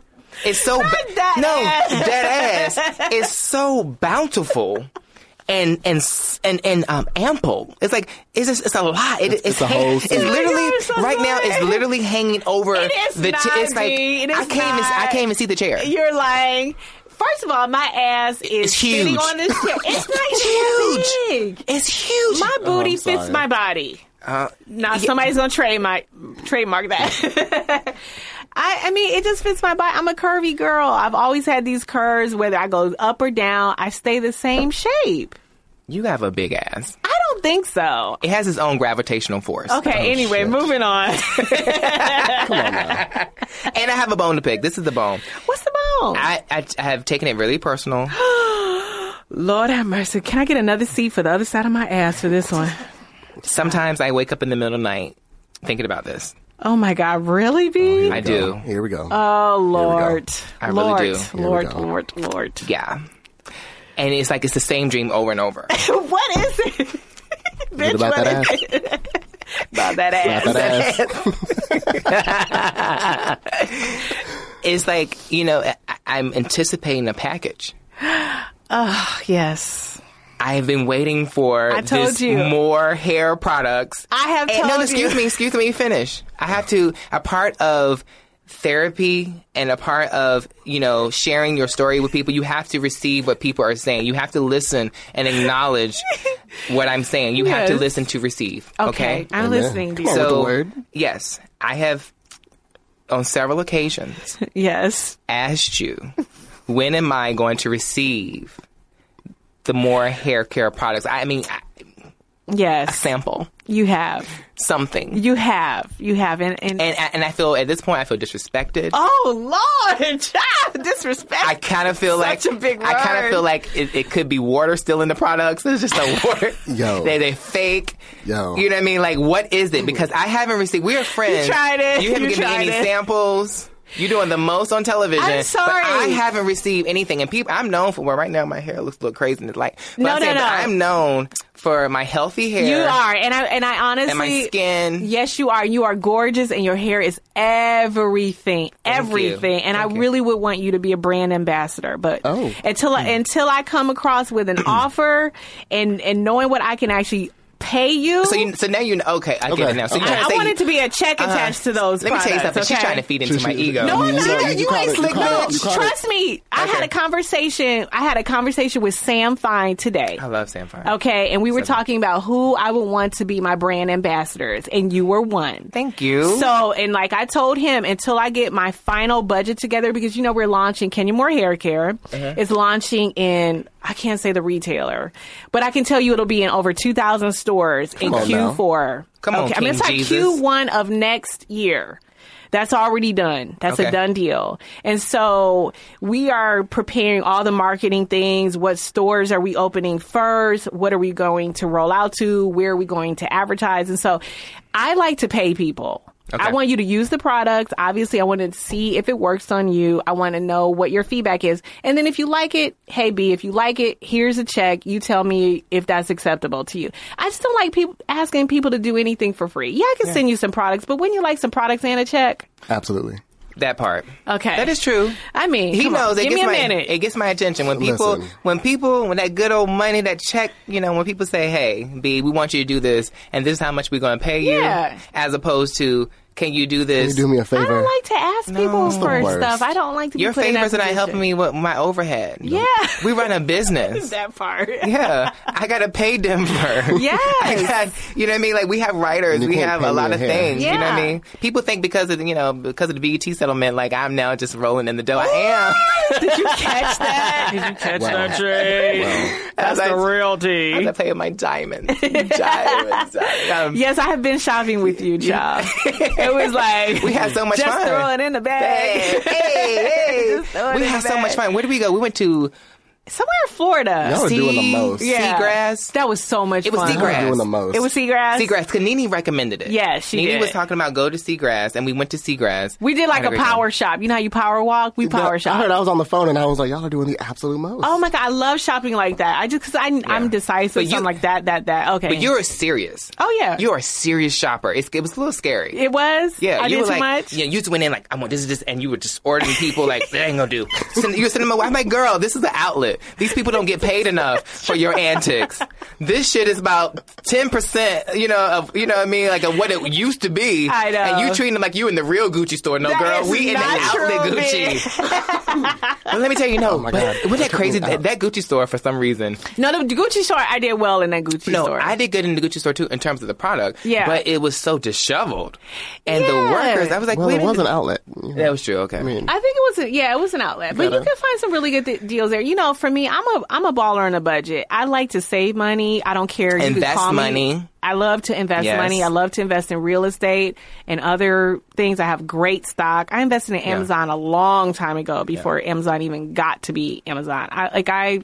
Speaker 2: It's so ba-
Speaker 3: that
Speaker 2: no dead ass. It's so bountiful. And and s- and and um, ample. It's like it's just, it's a lot. It, it's
Speaker 4: it's a whole
Speaker 2: It's
Speaker 4: seat.
Speaker 2: literally
Speaker 3: God, it's so
Speaker 2: right now. It's
Speaker 3: good.
Speaker 2: literally hanging over
Speaker 3: It is
Speaker 2: the.
Speaker 3: not,
Speaker 2: it's like
Speaker 3: G. It is
Speaker 2: I can't even
Speaker 3: not.
Speaker 2: I can't even see the chair.
Speaker 3: You're lying. First of all, my ass is
Speaker 2: It's
Speaker 3: sitting
Speaker 2: huge.
Speaker 3: on this chair. It's not
Speaker 2: It's
Speaker 3: huge.
Speaker 2: It's huge.
Speaker 3: My booty
Speaker 4: Oh, I'm
Speaker 3: fits
Speaker 4: sorry.
Speaker 3: my body. now somebody's gonna trade my trademark that. I, I mean, it just fits my body. I'm a curvy girl. I've always had these curves, whether I go up or down. I stay the same shape.
Speaker 2: You have a big ass.
Speaker 3: I don't think so.
Speaker 2: It has its own gravitational force.
Speaker 3: Okay. anyway, moving on.
Speaker 2: And I have a bone to pick. This is the bone.
Speaker 3: What's the bone?
Speaker 2: I, I, I have taken it really personal.
Speaker 3: Lord have mercy. Can I get another seat for the other side of my ass for this one?
Speaker 2: Sometimes I wake up in the middle of the night thinking about this.
Speaker 3: Oh my God, really, B?
Speaker 2: I do.
Speaker 4: Here we go.
Speaker 3: Oh Lord,
Speaker 2: I really
Speaker 3: Lord,
Speaker 2: do. Here
Speaker 4: we
Speaker 3: Lord,
Speaker 4: go.
Speaker 3: Lord, Lord.
Speaker 2: Yeah. And it's like it's the same dream over and over.
Speaker 3: what is it? Bitch,
Speaker 4: about
Speaker 3: what
Speaker 4: that
Speaker 3: is
Speaker 4: ass?
Speaker 3: it? about that ass.
Speaker 4: About that ass?
Speaker 2: It's like, you know, I, I'm anticipating a package.
Speaker 3: Oh, Yes.
Speaker 2: I have been waiting for
Speaker 3: I told
Speaker 2: this
Speaker 3: you.
Speaker 2: more hair products.
Speaker 3: I have
Speaker 2: And-
Speaker 3: told
Speaker 2: no, excuse
Speaker 3: you.
Speaker 2: me, excuse me, finish. I have to a part of therapy and a part of, you know, sharing your story with people, you have to receive what people are saying. You have to listen and acknowledge what I'm saying. You have to
Speaker 3: Yes.
Speaker 2: listen to receive.
Speaker 3: Okay.
Speaker 2: Okay.
Speaker 3: I'm
Speaker 4: Amen.
Speaker 3: listening to
Speaker 4: Come
Speaker 3: you.
Speaker 4: on. with the word.
Speaker 2: yes, I have on several occasions
Speaker 3: yes.
Speaker 2: asked you, when am I going to receive the more hair care products? I mean, I-
Speaker 3: Yes.
Speaker 2: sample.
Speaker 3: You have.
Speaker 2: something.
Speaker 3: You have. You have. And, and,
Speaker 2: and and I feel at this point I feel disrespected.
Speaker 3: oh Lord, child, disrespect.
Speaker 2: I kind of feel like
Speaker 3: Such a big
Speaker 2: I kind of
Speaker 3: word.
Speaker 2: feel like it, it could be water still in the products. It's just a water.
Speaker 4: Yo.
Speaker 2: they they fake.
Speaker 4: Yo.
Speaker 2: you know what I mean? Like, what is it? Because I haven't received. We're friends.
Speaker 3: tried it.
Speaker 2: You haven't given
Speaker 3: You
Speaker 2: me
Speaker 3: tried
Speaker 2: any
Speaker 3: it.
Speaker 2: samples. You're doing the most on television.
Speaker 3: I'm sorry.
Speaker 2: But I haven't received anything, and people. I'm known for. Well, right now my hair looks a little crazy, and it's like. But
Speaker 3: No,
Speaker 2: I'm
Speaker 3: no,
Speaker 2: saying,
Speaker 3: no.
Speaker 2: But I'm known for my healthy hair.
Speaker 3: you are, and I and I honestly
Speaker 2: And my skin.
Speaker 3: Yes, you are. You are gorgeous, and your hair is everything,
Speaker 2: you.
Speaker 3: everything. And I
Speaker 2: Thank you.
Speaker 3: really would want you to be a brand ambassador, but
Speaker 4: Oh.
Speaker 3: until I, until I come across with an offer and and knowing what I can actually pay you,
Speaker 2: So you, so now you know. Okay, I get
Speaker 4: Okay,
Speaker 2: it now. So
Speaker 4: okay.
Speaker 2: you're trying to
Speaker 3: I, I
Speaker 2: say Uh-huh.
Speaker 3: want it to be a check attached to those.
Speaker 2: Let me tell you something.
Speaker 3: products,
Speaker 2: She's
Speaker 3: okay?
Speaker 2: trying to feed into
Speaker 4: She-
Speaker 2: my
Speaker 4: she-
Speaker 2: ego.
Speaker 3: No, I'm
Speaker 4: You
Speaker 3: not.
Speaker 4: call
Speaker 3: You,
Speaker 4: it- you call
Speaker 3: ain't
Speaker 4: it- you
Speaker 3: slick.
Speaker 4: call
Speaker 3: No,
Speaker 4: it- you call
Speaker 3: trust me. I
Speaker 2: Okay.
Speaker 3: had a conversation. I had a conversation with Sam Fine today.
Speaker 2: I love Sam Fine.
Speaker 3: Okay, and we were talking about who I would want to be my brand ambassadors, and you were one.
Speaker 2: Thank you.
Speaker 3: So, and like I told him, until I get my final budget together, because you know we're launching Kenya Moore Hair Care.
Speaker 2: Uh-huh.
Speaker 3: It's launching in I can't say the retailer, but I can tell you it'll be in over two thousand stores in
Speaker 4: on now.
Speaker 3: Q4.
Speaker 2: Come on,
Speaker 3: okay, I mean it's
Speaker 2: King
Speaker 3: like
Speaker 2: Jesus.
Speaker 3: Q1 of next year. That's already done. That's
Speaker 2: Okay.
Speaker 3: a done deal. And so we are preparing all the marketing things. What stores are we opening first? What are we going to roll out to? Where are we going to advertise? And so I like to pay people. I want you to use the product. Obviously, I want to see if it works on you. I want to know what your feedback is. And then if you like it, hey B, if you like it, here's a check. You tell me if that's acceptable to you. I just don't like people asking people to do anything for free. Yeah, I can send you some products, but wouldn't you like some products and a check?
Speaker 4: Absolutely.
Speaker 2: that part.
Speaker 3: Okay.
Speaker 2: That is true.
Speaker 3: I mean,
Speaker 2: He
Speaker 3: come on,
Speaker 2: knows it
Speaker 3: give
Speaker 2: gets
Speaker 3: me a
Speaker 2: my
Speaker 3: minute.
Speaker 2: it gets my attention when people
Speaker 4: Listen.
Speaker 2: when people when that good old money that check you know when people say hey B we want you to do this and this is how much we're going to pay you
Speaker 3: Yeah.
Speaker 2: as opposed to can you do
Speaker 4: Can you
Speaker 2: this
Speaker 4: do me a
Speaker 3: I
Speaker 4: favor?
Speaker 3: don't like to ask people for
Speaker 4: worst.
Speaker 3: stuff. I don't like to
Speaker 2: your
Speaker 3: be put in that
Speaker 2: favors are not
Speaker 3: position.
Speaker 2: helping me with my overhead
Speaker 3: Yeah.
Speaker 2: we run a business
Speaker 3: that part.
Speaker 2: yeah I got to pay Denver I
Speaker 3: Yes.
Speaker 2: got- you know what I mean? Like we have writers,
Speaker 4: And you
Speaker 2: we
Speaker 4: can't
Speaker 2: have
Speaker 4: pay
Speaker 2: a
Speaker 4: me
Speaker 2: lot
Speaker 4: in
Speaker 2: of
Speaker 4: hair.
Speaker 2: things. You know what I
Speaker 3: Yeah.
Speaker 2: mean? People think because of the, you know because of the BET settlement, like I'm now just rolling in the dough. I am.
Speaker 3: Did you catch that? Did you catch
Speaker 4: Wow. that,
Speaker 3: Jay?
Speaker 2: That's the
Speaker 3: real
Speaker 2: I
Speaker 3: D.
Speaker 2: have to play with my diamonds. diamonds. Um,
Speaker 3: Yes, I have been shopping with you, child. it was like
Speaker 2: We had so much
Speaker 3: just
Speaker 2: fun.
Speaker 3: throw it in the
Speaker 2: Hey,
Speaker 3: bag.
Speaker 2: hey,
Speaker 3: Just throw
Speaker 2: hey.
Speaker 3: it
Speaker 2: we
Speaker 3: in
Speaker 2: had
Speaker 3: the
Speaker 2: so
Speaker 3: bag.
Speaker 2: much fun. Where did we go? We went to
Speaker 3: Somewhere in Florida.
Speaker 4: Y'all are doing the
Speaker 2: sea-
Speaker 4: most.
Speaker 3: yeah.
Speaker 2: Seagrass.
Speaker 3: That was so much
Speaker 2: It was
Speaker 3: fun.
Speaker 4: Y'all are
Speaker 2: Seagrass.
Speaker 4: doing the most.
Speaker 3: It was seagrass.
Speaker 2: Seagrass. Because Nini recommended it.
Speaker 3: Yeah, she
Speaker 2: Nini
Speaker 3: did.
Speaker 2: was talking about go to Seagrass, and we went to Seagrass.
Speaker 3: We did like
Speaker 2: Had
Speaker 3: a
Speaker 2: great time.
Speaker 3: power shop. You know how you power walk? We power
Speaker 4: I
Speaker 3: shop.
Speaker 4: heard I was on the phone and I was like, y'all are doing the absolute most.
Speaker 3: Oh my god, I love shopping like that. I just because I I'm decisive.
Speaker 2: But
Speaker 3: so
Speaker 2: you-
Speaker 3: I'm like that, that, that. Okay.
Speaker 2: But you're a serious.
Speaker 3: Oh, yeah.
Speaker 2: You're a serious shopper. It's, it was a little scary.
Speaker 3: it was.
Speaker 2: Yeah,
Speaker 3: I
Speaker 2: you
Speaker 3: did
Speaker 2: were
Speaker 3: too
Speaker 2: like,
Speaker 3: much.
Speaker 2: yeah, you just went in like, I want this is this, and you were just ordering people like, that ain't gonna do. Send, you're sending them, away. I'm like, girl, this is the outlet. These people don't get paid enough for your antics. This shit is about ten percent, you know, of you know what I mean, like of what it used to be.
Speaker 3: I know.
Speaker 2: And you treating them like you in the real Gucci store. No,
Speaker 3: That
Speaker 2: girl,
Speaker 3: is
Speaker 2: we in the
Speaker 3: not
Speaker 2: outlet
Speaker 3: true,
Speaker 2: Gucci. Well, let me tell you, no,
Speaker 4: Oh my
Speaker 2: but
Speaker 4: God.
Speaker 2: wasn't that
Speaker 4: Took me
Speaker 2: crazy?
Speaker 4: out.
Speaker 2: That, that Gucci store for some reason.
Speaker 3: No, the Gucci store. I did well in that Gucci
Speaker 2: No,
Speaker 3: store.
Speaker 2: I did good in the Gucci store too in terms of the product.
Speaker 3: Yeah.
Speaker 2: but it was so disheveled, and the
Speaker 3: Yeah.
Speaker 2: workers. I was like,
Speaker 4: well,
Speaker 2: wait,
Speaker 4: it
Speaker 2: a
Speaker 4: was an
Speaker 2: minute.
Speaker 4: outlet. You know,
Speaker 2: That was true. Okay.
Speaker 4: I mean,
Speaker 3: I think it was a, yeah, it was an outlet, but you
Speaker 4: Better.
Speaker 3: can find some really good th- deals there. You know, for me, I'm a I'm a baller on a budget. I like to save money. I don't care. You can
Speaker 2: Invest
Speaker 3: call me-
Speaker 2: money.
Speaker 3: I love to invest
Speaker 2: Yes.
Speaker 3: money. I love to invest in real estate and other things. I have great stock. I invested in Amazon a long time ago before Amazon even got to be Amazon. I like I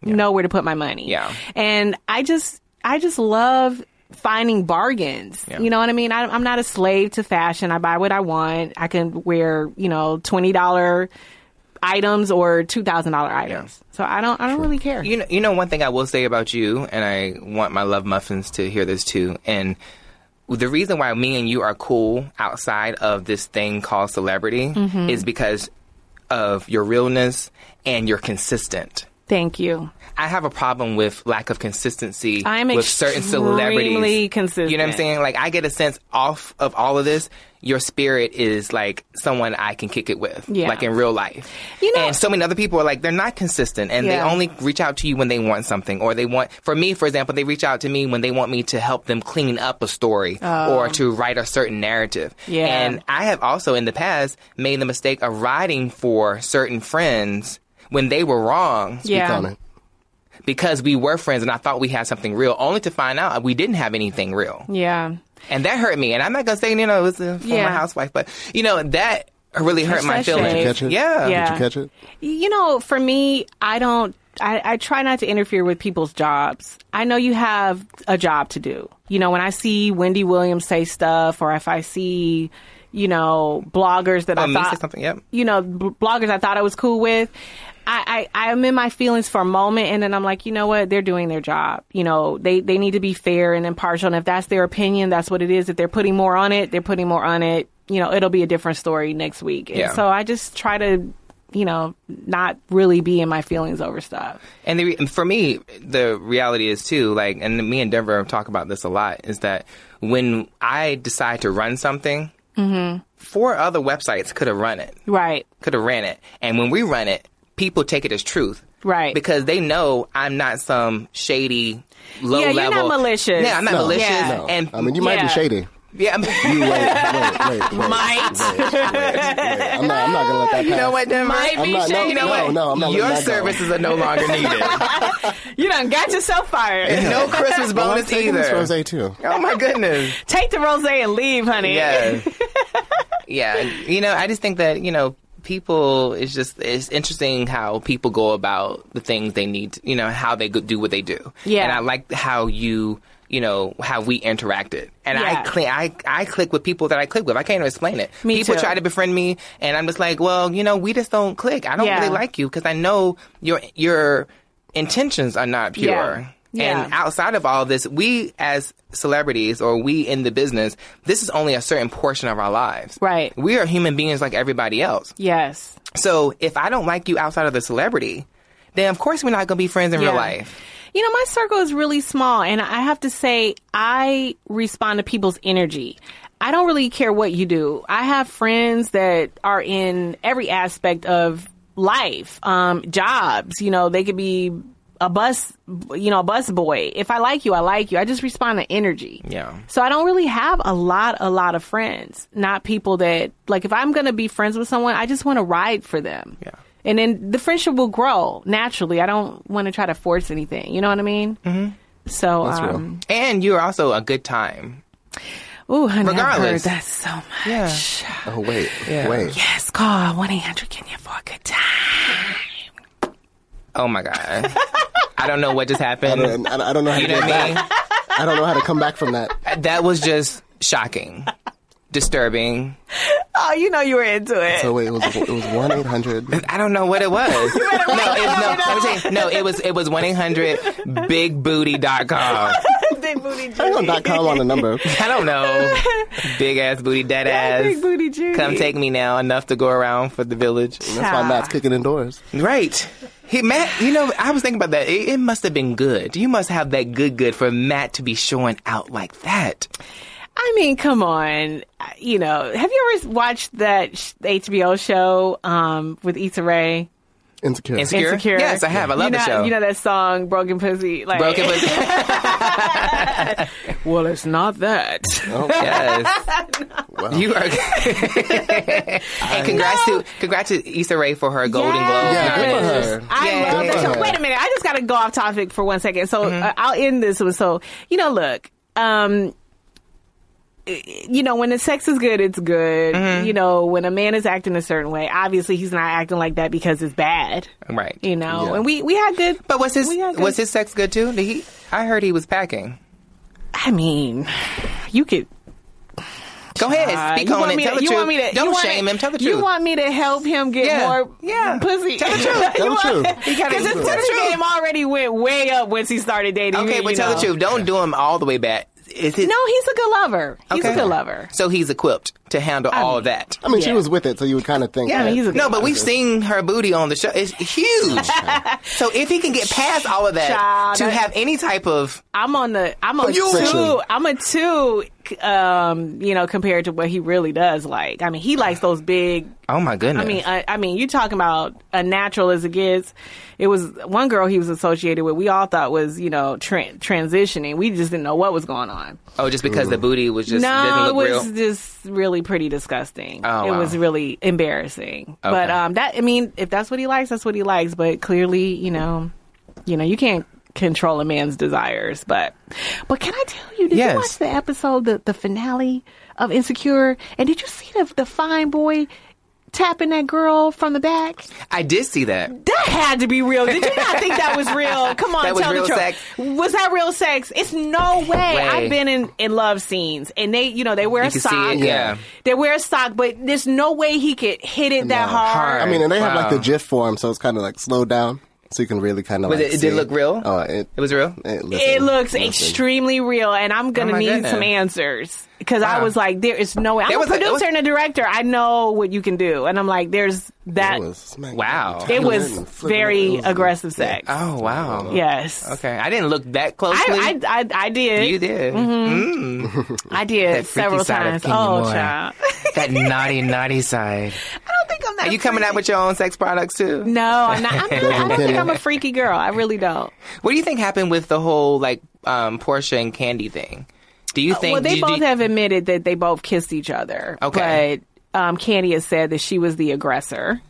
Speaker 3: know where to put my money.
Speaker 2: Yeah.
Speaker 3: and I just I just love finding bargains. You know what I mean? I, I'm not a slave to fashion. I buy what I want. I can wear you know twenty dollar items or two thousand dollar items. So I don't I don't really care.
Speaker 2: You know, you know one thing I will say about you, and I want my love muffins to hear this too. And the reason why me and you are cool outside of this thing called celebrity is because of your realness and you're consistent.
Speaker 3: Thank you.
Speaker 2: I have a problem with lack of consistency
Speaker 3: I'm
Speaker 2: with certain celebrities.
Speaker 3: extremely
Speaker 2: You know what I'm
Speaker 3: consistent.
Speaker 2: saying? Like I get a sense off of all of this, your spirit is like someone I can kick it with,
Speaker 3: Yeah.
Speaker 2: like in real life.
Speaker 3: You know-
Speaker 2: and so many other people are like they're not consistent, and they
Speaker 3: Yeah.
Speaker 2: only reach out to you when they want something, or they want. For me, for example, they reach out to me when they want me to help them clean up a story or to write a certain narrative.
Speaker 3: Oh. Yeah.
Speaker 2: And I have also in the past made the mistake of writing for certain friends when they were wrong
Speaker 3: yeah.
Speaker 4: on it.
Speaker 2: because we were friends and I thought we had something real, only to find out we didn't have anything real.
Speaker 3: Yeah.
Speaker 2: And that hurt me. And I'm not going to say, you know, it was a former
Speaker 3: Yeah.
Speaker 2: housewife, but, you know, that really hurt my
Speaker 3: Especially-
Speaker 2: feelings.
Speaker 3: Did
Speaker 4: you catch it?
Speaker 2: Yeah.
Speaker 3: Yeah.
Speaker 4: Did you catch it?
Speaker 3: You know, for me, I don't. I, I try not to interfere with people's jobs. I know you have a job to do. You know, when I see Wendy Williams say stuff, or if I see, you know, bloggers that
Speaker 2: Oh,
Speaker 3: I
Speaker 2: me say
Speaker 3: thought
Speaker 2: something, yep.
Speaker 3: you know, b- bloggers I thought I was cool with. I, I, I'm in my feelings for a moment and then I'm like, you know what? They're doing their job. You know, they, they need to be fair and impartial. And if that's their opinion, that's what it is. If they're putting more on it, they're putting more on it. You know, it'll be a different story next week. And
Speaker 2: Yeah.
Speaker 3: so I just try to, you know, not really be in my feelings over stuff.
Speaker 2: And the re- for me, the reality is too, like, and me and Denver talk about this a lot, is that when I decide to run something,
Speaker 3: Mm-hmm.
Speaker 2: four other websites could have run it,
Speaker 3: Right.
Speaker 2: could have ran it. And when we run it, people take it as truth.
Speaker 3: Right.
Speaker 2: Because they know I'm not some shady, low
Speaker 3: Yeah,
Speaker 2: level.
Speaker 3: you're not malicious.
Speaker 2: Yeah, I'm not
Speaker 3: No.
Speaker 2: malicious.
Speaker 3: Yeah.
Speaker 4: No.
Speaker 2: And
Speaker 4: I mean, you might
Speaker 3: yeah.
Speaker 4: be shady.
Speaker 2: yeah, I'm-
Speaker 4: Wait, wait, wait, wait.
Speaker 3: Might.
Speaker 4: Wait, wait, wait. I'm not, I'm not gonna let that pass.
Speaker 2: you know what, Denver?
Speaker 3: Might
Speaker 4: I'm
Speaker 3: be
Speaker 4: not, no,
Speaker 3: shady.
Speaker 2: you know
Speaker 4: no,
Speaker 2: what?
Speaker 4: no, I'm not
Speaker 2: Your
Speaker 4: letting that go.
Speaker 2: services are no longer needed.
Speaker 3: You done got yourself fired.
Speaker 2: no Christmas
Speaker 4: Well, I'm
Speaker 2: bonus
Speaker 4: taking
Speaker 2: either.
Speaker 4: this rosé too.
Speaker 2: Oh my goodness.
Speaker 3: Take the rose and leave, honey.
Speaker 2: Yeah. yeah. You know, I just think that, you know, people, it's just, it's interesting how people go about the things they need, to, you know, how they go- do what they do.
Speaker 3: Yeah.
Speaker 2: And I like how you, you know, how we interacted. And
Speaker 3: Yeah.
Speaker 2: I, cl- I, I click with people that I click with. I can't even explain it.
Speaker 3: Me
Speaker 2: people
Speaker 3: too.
Speaker 2: try to befriend me and I'm just like, well, you know, we just don't click. I don't
Speaker 3: Yeah.
Speaker 2: really like you because I know your, your intentions are not pure.
Speaker 3: Yeah. Yeah.
Speaker 2: And outside of all this, we as celebrities or we in the business, this is only a certain portion of our lives.
Speaker 3: Right.
Speaker 2: We are human beings like everybody else.
Speaker 3: Yes.
Speaker 2: So if I don't like you outside of the celebrity, then of course we're not going to be friends in real
Speaker 3: Yeah.
Speaker 2: life.
Speaker 3: You know, my circle is really small, and I have to say, I respond to people's energy. I don't really care what you do. I have friends that are in every aspect of life, um, jobs. You know, they could be a bus, you know, a bus boy. If I like you, I like you. I just respond to energy.
Speaker 2: Yeah.
Speaker 3: So I don't really have a lot, a lot of friends. Not people that like. If I'm gonna be friends with someone, I just want to ride for them.
Speaker 2: Yeah.
Speaker 3: And then the friendship will grow naturally. I don't want to try to force anything. You know what I mean? Mm-hmm. So, um,
Speaker 2: And you're also a good time.
Speaker 3: ooh, honey, I've heard
Speaker 2: Regardless.
Speaker 3: that so much.
Speaker 2: Yeah.
Speaker 4: Oh wait, wait.
Speaker 3: Yes, call one eight hundred Kenya for a good time.
Speaker 2: Oh my God. I don't know what just happened.
Speaker 4: And I, I don't know how to
Speaker 2: You know
Speaker 4: get
Speaker 2: what I
Speaker 4: back.
Speaker 2: mean?
Speaker 4: I don't know how to come back from that.
Speaker 2: That was just shocking, disturbing.
Speaker 3: Oh, you know you were into it.
Speaker 4: So wait, it was it was one eight hundred.
Speaker 2: I don't know what it was. no, it, no, let me tell you, no, it was it was one eight hundred bigbooty.com.
Speaker 3: big booty Judy.
Speaker 4: I don't dot com on the number.
Speaker 2: I don't know. Big ass booty, dead
Speaker 3: Big
Speaker 2: ass.
Speaker 3: booty Judy.
Speaker 2: Come take me now. Enough to go around for the village.
Speaker 4: That's why Matt's kicking indoors.
Speaker 2: Right. He Matt. You know, I was thinking about that. It, it must have been good. You must have that good good for Matt to be showing out like that.
Speaker 3: I mean, come on. You know, have you ever watched that sh- HBO show um, with Issa Rae?
Speaker 4: Insecure.
Speaker 2: Insecure.
Speaker 3: Insecure.
Speaker 2: Yes, I have. I love
Speaker 3: you know,
Speaker 2: the show.
Speaker 3: You know that song, Broken Pussy? Like,
Speaker 2: Broken but
Speaker 3: Well, it's not that.
Speaker 2: yes. You are. and congrats to congrats to Issa Rae for her Golden Globe.
Speaker 4: Yeah, good for
Speaker 2: nomination.
Speaker 4: her.
Speaker 3: I
Speaker 2: Yeah,
Speaker 3: love
Speaker 2: good Mm-hmm.
Speaker 3: that
Speaker 4: for
Speaker 3: show.
Speaker 4: her.
Speaker 3: Wait a minute. I just got to go off topic for one second. So uh, I'll end this with so, you know, look, um, i- you know, when the sex is good, it's good.
Speaker 2: Mm-hmm.
Speaker 3: You know, when a man is acting a certain way, obviously he's not acting like that because it's bad.
Speaker 2: Right.
Speaker 3: You know,
Speaker 4: Yeah.
Speaker 3: and we we had good.
Speaker 2: But was his
Speaker 3: we had good-
Speaker 2: was his sex good too? Did he? I heard he was packing.
Speaker 3: I mean, you could
Speaker 2: Go ahead,
Speaker 3: Uh,
Speaker 2: speak
Speaker 3: you
Speaker 2: on
Speaker 3: want
Speaker 2: it.
Speaker 3: me
Speaker 2: Tell
Speaker 3: to,
Speaker 2: the
Speaker 3: you
Speaker 2: truth.
Speaker 3: Want me to, you
Speaker 2: Don't
Speaker 3: want
Speaker 2: shame
Speaker 3: to-
Speaker 2: him. Tell the
Speaker 3: You
Speaker 2: truth.
Speaker 3: want me to help him get
Speaker 2: Yeah.
Speaker 3: more
Speaker 2: Yeah.
Speaker 3: pussy?
Speaker 2: Tell the truth.
Speaker 3: You
Speaker 4: Tell the
Speaker 3: want-
Speaker 4: truth.
Speaker 2: gotta
Speaker 3: Because
Speaker 2: do
Speaker 3: his
Speaker 2: that.
Speaker 3: pussy
Speaker 2: Tell the
Speaker 3: game already went way up once he started dating me.
Speaker 2: okay, but
Speaker 3: you
Speaker 2: tell
Speaker 3: know.
Speaker 2: the truth. Don't do him all the way back. Is it?
Speaker 3: No, he's a good lover. He's a
Speaker 2: Okay.
Speaker 3: good lover.
Speaker 2: So he's equipped to handle all of that.
Speaker 4: I mean, she
Speaker 3: Yeah.
Speaker 4: was with it, so you would kind of think.
Speaker 3: I
Speaker 4: that-
Speaker 3: mean, he's a good
Speaker 2: No, but
Speaker 3: lover.
Speaker 2: we've seen her booty on the show. It's huge. so if he can get past all of that
Speaker 3: Child,
Speaker 2: to
Speaker 3: that-
Speaker 2: have any type of
Speaker 3: I'm on the. I'm a two.
Speaker 4: you- Friction.
Speaker 3: I'm a two. c- Um, you know, compared to what he really does like. I mean, he likes those big
Speaker 2: oh my goodness,
Speaker 3: I mean, I, I mean, you talking about a natural as it gets. It was one girl he was associated with. We all thought was you know tran transitioning. We just didn't know what was going on.
Speaker 2: oh, just because the booty was just
Speaker 3: no, it
Speaker 2: didn't look
Speaker 3: was
Speaker 2: real.
Speaker 3: just really pretty disgusting.
Speaker 2: Oh,
Speaker 3: it
Speaker 2: wow.
Speaker 3: was really embarrassing. But um, that I mean, if that's what he likes, that's what he likes. But clearly, you know, you know, you can't control a man's desires. But but can I tell you? Did
Speaker 2: Yes.
Speaker 3: you watch the episode, the the finale of Insecure? And did you see the the fine boy? Tapping that girl from the back.
Speaker 2: I did see that.
Speaker 3: That had to be real. Did you not think that was real? Come on,
Speaker 2: That was
Speaker 3: tell
Speaker 2: real
Speaker 3: the truth.
Speaker 2: sex?
Speaker 3: Was that real sex? It's no way. I've been in, in love scenes, and they, you know, they wear
Speaker 2: You
Speaker 3: a
Speaker 2: can see
Speaker 3: sock.
Speaker 2: it, yeah.
Speaker 3: they wear a sock, but there's no way he could hit it that
Speaker 4: No.
Speaker 3: hard.
Speaker 4: I mean, and they have like
Speaker 2: Wow.
Speaker 4: the GIF form, so it's kind of like slowed down, so you can really kind of.
Speaker 2: Was
Speaker 4: like,
Speaker 2: it- it
Speaker 4: see
Speaker 2: did look real?
Speaker 4: Oh, it,
Speaker 2: It was real.
Speaker 4: It, listen,
Speaker 3: It looks
Speaker 4: listen.
Speaker 3: extremely real, and I'm gonna
Speaker 2: Oh my
Speaker 3: need
Speaker 2: goodness.
Speaker 3: some answers because I
Speaker 2: Wow.
Speaker 3: was like, there is no way. I'm
Speaker 2: There
Speaker 3: a
Speaker 2: was a- it
Speaker 3: producer
Speaker 2: was-
Speaker 3: and a director. I know what you can do, and I'm like, there's that.
Speaker 4: It was smack-
Speaker 2: Wow.
Speaker 3: It
Speaker 4: Turn
Speaker 3: was,
Speaker 4: in and flip it.
Speaker 3: very
Speaker 4: It was-
Speaker 3: aggressive sex.
Speaker 2: Oh wow.
Speaker 3: Yes.
Speaker 2: Okay. I didn't look that closely.
Speaker 3: I, I, I, I did. Mm-hmm.
Speaker 2: you did. Mm.
Speaker 3: I did
Speaker 2: That freaky
Speaker 3: several
Speaker 2: side of
Speaker 3: times.
Speaker 2: Kenya
Speaker 3: Oh,
Speaker 2: Moore.
Speaker 3: child.
Speaker 2: that naughty, naughty side.
Speaker 3: I don't think I'm that.
Speaker 2: Are you coming out with your own sex products too?
Speaker 3: No, I'm not. I'm not I don't think I'm a freaky girl. I really don't.
Speaker 2: What do you think happened with the whole like um, Portia and Candy thing? Do you think?
Speaker 3: Uh, well, they
Speaker 2: did you-
Speaker 3: both have admitted that they both kissed each other.
Speaker 2: Okay.
Speaker 3: But um, Candy has said that she was the aggressor.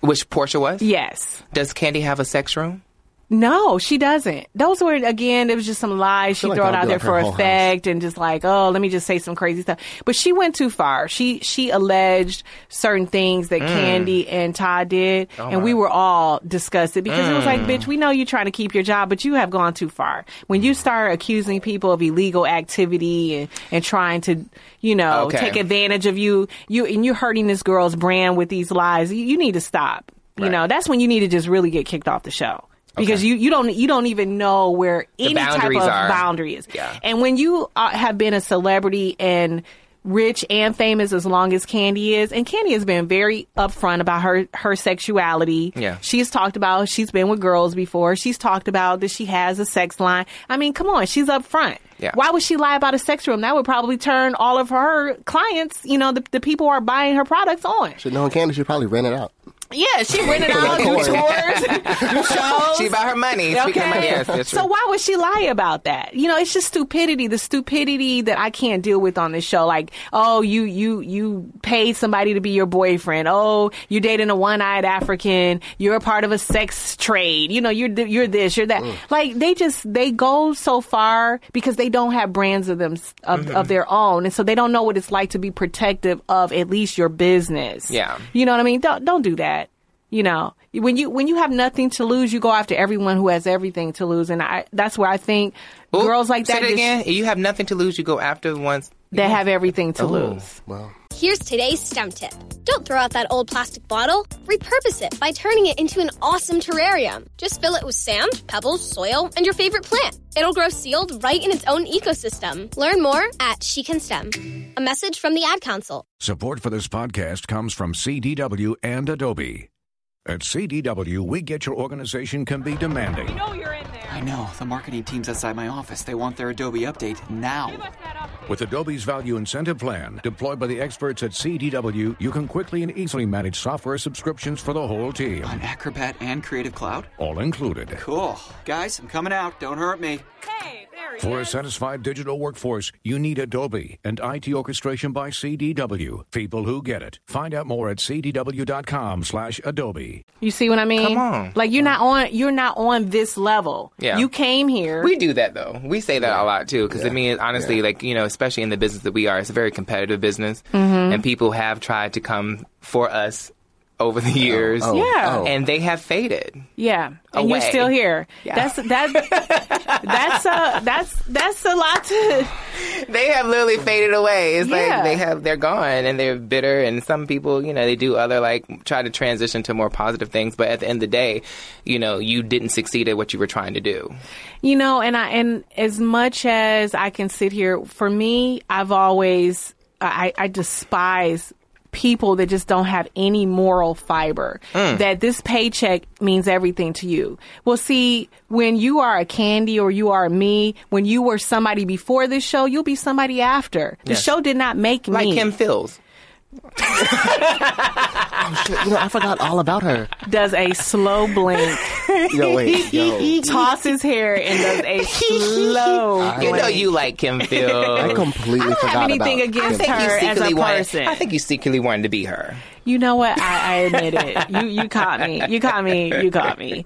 Speaker 2: Which Portia was?
Speaker 3: Yes.
Speaker 2: Does Candy have a sex room?
Speaker 3: No, she doesn't. Those were again. It was just some lies she
Speaker 4: like
Speaker 3: thrown
Speaker 4: that'll
Speaker 3: out there
Speaker 4: be like her
Speaker 3: for
Speaker 4: whole
Speaker 3: effect, and just like, oh, let me just say some crazy stuff. But she went too far. She she alleged certain things
Speaker 2: Mm.
Speaker 3: that Candy and Todd did,
Speaker 2: Oh
Speaker 3: and we were all disgusted because it was
Speaker 2: Mm.
Speaker 3: like, bitch, we know you're trying to keep your job, but you have gone too far. When you start accusing people of illegal activity and, and trying to, you know,
Speaker 2: Okay.
Speaker 3: take advantage of you, you and you're hurting this girl's brand with these lies. You, you need to stop. You
Speaker 2: Right.
Speaker 3: know, that's when you need to just really get kicked off the show because you, you don't you don't even know where any type of
Speaker 2: boundaries are.
Speaker 3: boundary is.
Speaker 2: Yeah.
Speaker 3: And when you uh, have been a celebrity and rich and famous as long as Candy is, and Candy has been very upfront about her her sexuality.
Speaker 2: Yeah.
Speaker 3: she's talked about she's been with girls before. She's talked about that she has a sex line. I mean, come on, she's upfront.
Speaker 2: Yeah.
Speaker 3: Why would she lie about a sex room? That would probably turn all of her clients, you know, the, the people who are buying her products on.
Speaker 4: Should know Candy should probably rent it out.
Speaker 3: Yeah, she rented out, do tours,
Speaker 4: course.
Speaker 3: do shows.
Speaker 2: She about her money. Speaking of money, yes, yes,
Speaker 3: Oh, so
Speaker 2: true.
Speaker 3: why would she lie about that? You know, it's just stupidity. The stupidity that I can't deal with on this show. Like, oh, you you you paid somebody to be your boyfriend. Oh, you're dating a one-eyed African. You're a part of a sex trade. You know, you're th- you're this, you're that.
Speaker 2: Mm.
Speaker 3: Like they just they go so far because they don't have brands of them of,
Speaker 2: Mm-hmm.
Speaker 3: of their own, and so they don't know what it's like to be protective of at least your business.
Speaker 2: Yeah.
Speaker 3: You know what I mean? Don't don't do that. You know, when you when you have nothing to lose, you go after everyone who has everything to lose, and I that's where I think
Speaker 2: Ooh,
Speaker 3: girls like
Speaker 2: Say
Speaker 3: that
Speaker 2: that
Speaker 3: just-
Speaker 2: again. If you have nothing to lose. You go after the ones.
Speaker 3: that have everything to lose.
Speaker 4: Well,
Speaker 5: Here's today's STEM tip. Don't throw out that old plastic bottle. Repurpose it by turning it into an awesome terrarium. Just fill it with sand, pebbles, soil, and your favorite plant. It'll grow sealed right in its own ecosystem. Learn more at She Can STEM. A message from the Ad Council.
Speaker 6: Support for this podcast comes from CDW and Adobe. At CDW, we get your organization can be demanding.
Speaker 7: I know. The marketing team's outside my office. They want their Adobe update now.
Speaker 6: With Adobe's Value Incentive Plan, deployed by the experts at CDW, you can quickly and easily manage software subscriptions for the whole team,
Speaker 7: On Acrobat and Creative Cloud?
Speaker 6: all included.
Speaker 7: Cool. Guys, I'm coming out. Don't hurt me.
Speaker 6: For a satisfied digital workforce, you need Adobe and IT orchestration by CDW. People who get it. Find out more at cdw.com slash Adobe.
Speaker 3: You see what I mean?
Speaker 2: Come on.
Speaker 3: like you're not on you're not on this level.
Speaker 2: Yeah.
Speaker 3: you came here.
Speaker 2: We do that though. We say that a lot too, because I mean, honestly, like you know, especially in the business that we are, it's a very competitive business,
Speaker 3: Mm-hmm.
Speaker 2: and people have tried to come for us over the years,
Speaker 3: Yeah. oh.
Speaker 2: and they have faded.
Speaker 3: yeah, and
Speaker 2: Away.
Speaker 3: you're still here. That's that. that's a that's that's a lot to.
Speaker 2: They have literally faded away. It's
Speaker 3: Yeah.
Speaker 2: like they have they're gone and they're bitter. And some people, you know, they do other like try to transition to more positive things. But at the end of the day, you know, you didn't succeed at what you were trying to do.
Speaker 3: You know, and I and as much as I can sit here, for me, I've always I, I despise people that just don't have any moral fiber.
Speaker 2: Mm.
Speaker 3: That this paycheck means everything to you. Well, see, when you are a candy or you are me, when you were somebody before this show, you'll be somebody after. The
Speaker 2: Yes.
Speaker 3: show did not make
Speaker 2: Like
Speaker 3: me.
Speaker 2: Kim Fields.
Speaker 4: Oh, you know, I forgot all about her.
Speaker 3: does a slow blink,
Speaker 4: Yo, wait, yo.
Speaker 3: tosses hair, and does a slow.
Speaker 2: You know,
Speaker 3: blink.
Speaker 2: you like Kim Fields.
Speaker 4: I completely
Speaker 3: I don't
Speaker 4: forgot
Speaker 3: have anything
Speaker 4: about
Speaker 3: against
Speaker 4: Kim.
Speaker 3: her as a
Speaker 2: wanted,
Speaker 3: person.
Speaker 2: I think you secretly wanted to be her.
Speaker 3: You know what? I, I admit it. You you caught me. You caught me. You caught me.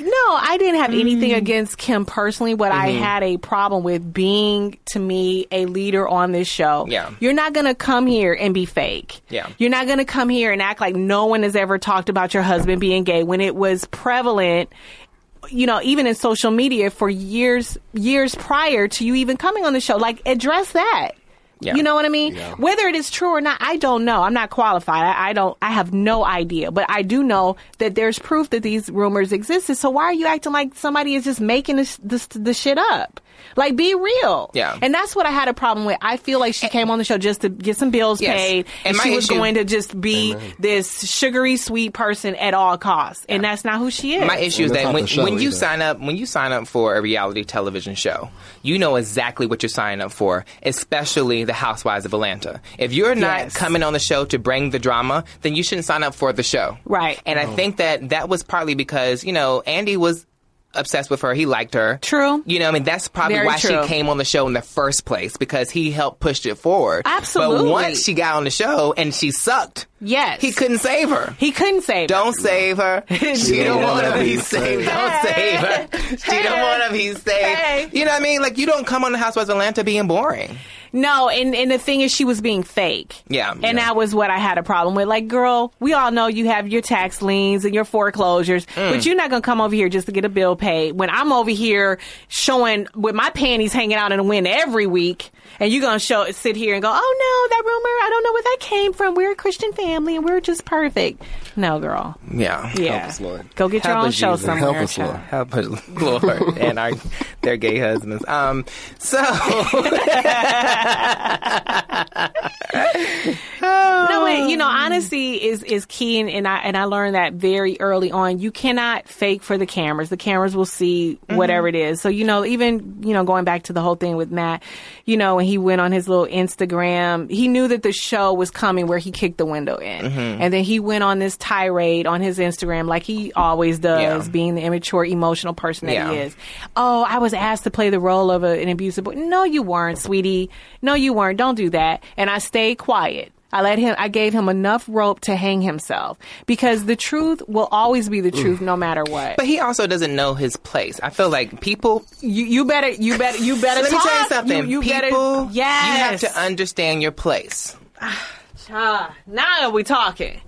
Speaker 3: No, I didn't have anything
Speaker 2: Mm.
Speaker 3: against Kim personally. What I
Speaker 2: Mm-hmm.
Speaker 3: had a problem with being to me a leader on this show.
Speaker 2: Yeah.
Speaker 3: You're not gonna come here and be fake.
Speaker 2: Yeah.
Speaker 3: You're not gonna come here and act like no one has ever talked about your husband being gay when it was prevalent you know, even in social media for years, years prior to you even coming on the show. Like, address that.
Speaker 2: Yeah.
Speaker 3: You know what I mean? Whether it is true or not, I don't know. I'm not qualified. I, I don't. I have no idea. But I do know that there's proof that these rumors existed. So why are you acting like somebody is just making this this the shit up? Like, be real.
Speaker 2: Yeah.
Speaker 3: And that's what I had a problem with. I feel like she came on the show just to get some bills
Speaker 2: Yes.
Speaker 3: paid,
Speaker 2: And
Speaker 3: and,
Speaker 2: my
Speaker 3: she was
Speaker 2: issue-
Speaker 3: going to just be this sugary sweet person at all costs, and that's not who she is.
Speaker 2: My issue is
Speaker 4: And that's
Speaker 2: that
Speaker 4: not
Speaker 2: when,
Speaker 4: the show
Speaker 2: when you
Speaker 4: either.
Speaker 2: sign up, when you sign up for a reality television show, you know exactly what you're signing up for, especially the Housewives of Atlanta. If you're not
Speaker 3: Yes.
Speaker 2: coming on the show to bring the drama, then you shouldn't sign up for the show.
Speaker 3: Right.
Speaker 2: And
Speaker 4: Oh.
Speaker 2: I think that that was partly because you know Andy was obsessed with her. He liked her.
Speaker 3: True.
Speaker 2: You know, I mean, that's probably
Speaker 3: Very
Speaker 2: why
Speaker 3: true.
Speaker 2: she came on the show in the first place because he helped push it forward. But
Speaker 3: Absolutely.
Speaker 2: once she got on the show and she sucked,
Speaker 3: Yes.
Speaker 2: he couldn't save her.
Speaker 3: He couldn't save. her.
Speaker 2: Don't save her. She don't
Speaker 4: don't
Speaker 2: want to
Speaker 4: wanna
Speaker 2: be
Speaker 4: be
Speaker 2: saved.
Speaker 4: saved.
Speaker 2: Don't save her. She don't
Speaker 3: Hey.
Speaker 2: want to be
Speaker 3: Hey.
Speaker 2: saved. You know what I mean? Like you don't come on the Housewives of Atlanta being boring.
Speaker 3: No, and and the thing is, she was being fake.
Speaker 2: Yeah.
Speaker 3: and
Speaker 2: Yeah.
Speaker 3: that was what I had a problem with. Like, girl, we all know you have your tax liens and your foreclosures,
Speaker 4: Mm.
Speaker 3: but you're not gonna come over here just to get a bill paid. When I'm over here showing with my panties hanging out in the wind every week, and you're gonna show sit here and go, oh no, that rumor, I don't know where that came from. We're a Christian family and we're just perfect. No, girl.
Speaker 2: Yeah.
Speaker 3: Yeah,
Speaker 4: us, Lord.
Speaker 3: go get your
Speaker 2: Help
Speaker 3: own
Speaker 2: us,
Speaker 3: show
Speaker 2: Jesus.
Speaker 3: somewhere.
Speaker 4: Help us,
Speaker 3: child.
Speaker 4: Lord.
Speaker 2: Help us, Lord, and our their gay husbands. Um, so
Speaker 3: No, but, you know, honesty is is key, and, and I and I learned that very early on. You cannot fake for the cameras. The cameras will see whatever it is. So you know, even you know, going back to the whole thing with Matt, you know, when he went on his little Instagram, he knew that the show was coming where he kicked the window in, and then he went on this tirade on his Instagram like he always does,
Speaker 2: Yeah.
Speaker 3: being the immature, emotional person that
Speaker 2: Yeah.
Speaker 3: he is. Oh, I was asked to play the role of a, an abusive boy. No, you weren't, sweetie. No, you weren't. Don't do that. And I stayed quiet. I let him, I gave him enough rope to hang himself because the truth will always be the truth no matter what.
Speaker 2: but he also doesn't know his place. I feel like people
Speaker 3: you, you better, you better, you better
Speaker 2: let me
Speaker 3: talk.
Speaker 2: tell you something.
Speaker 3: You, you
Speaker 2: people
Speaker 3: better, yes.
Speaker 2: you have to understand your place.
Speaker 3: Ah, now we talking.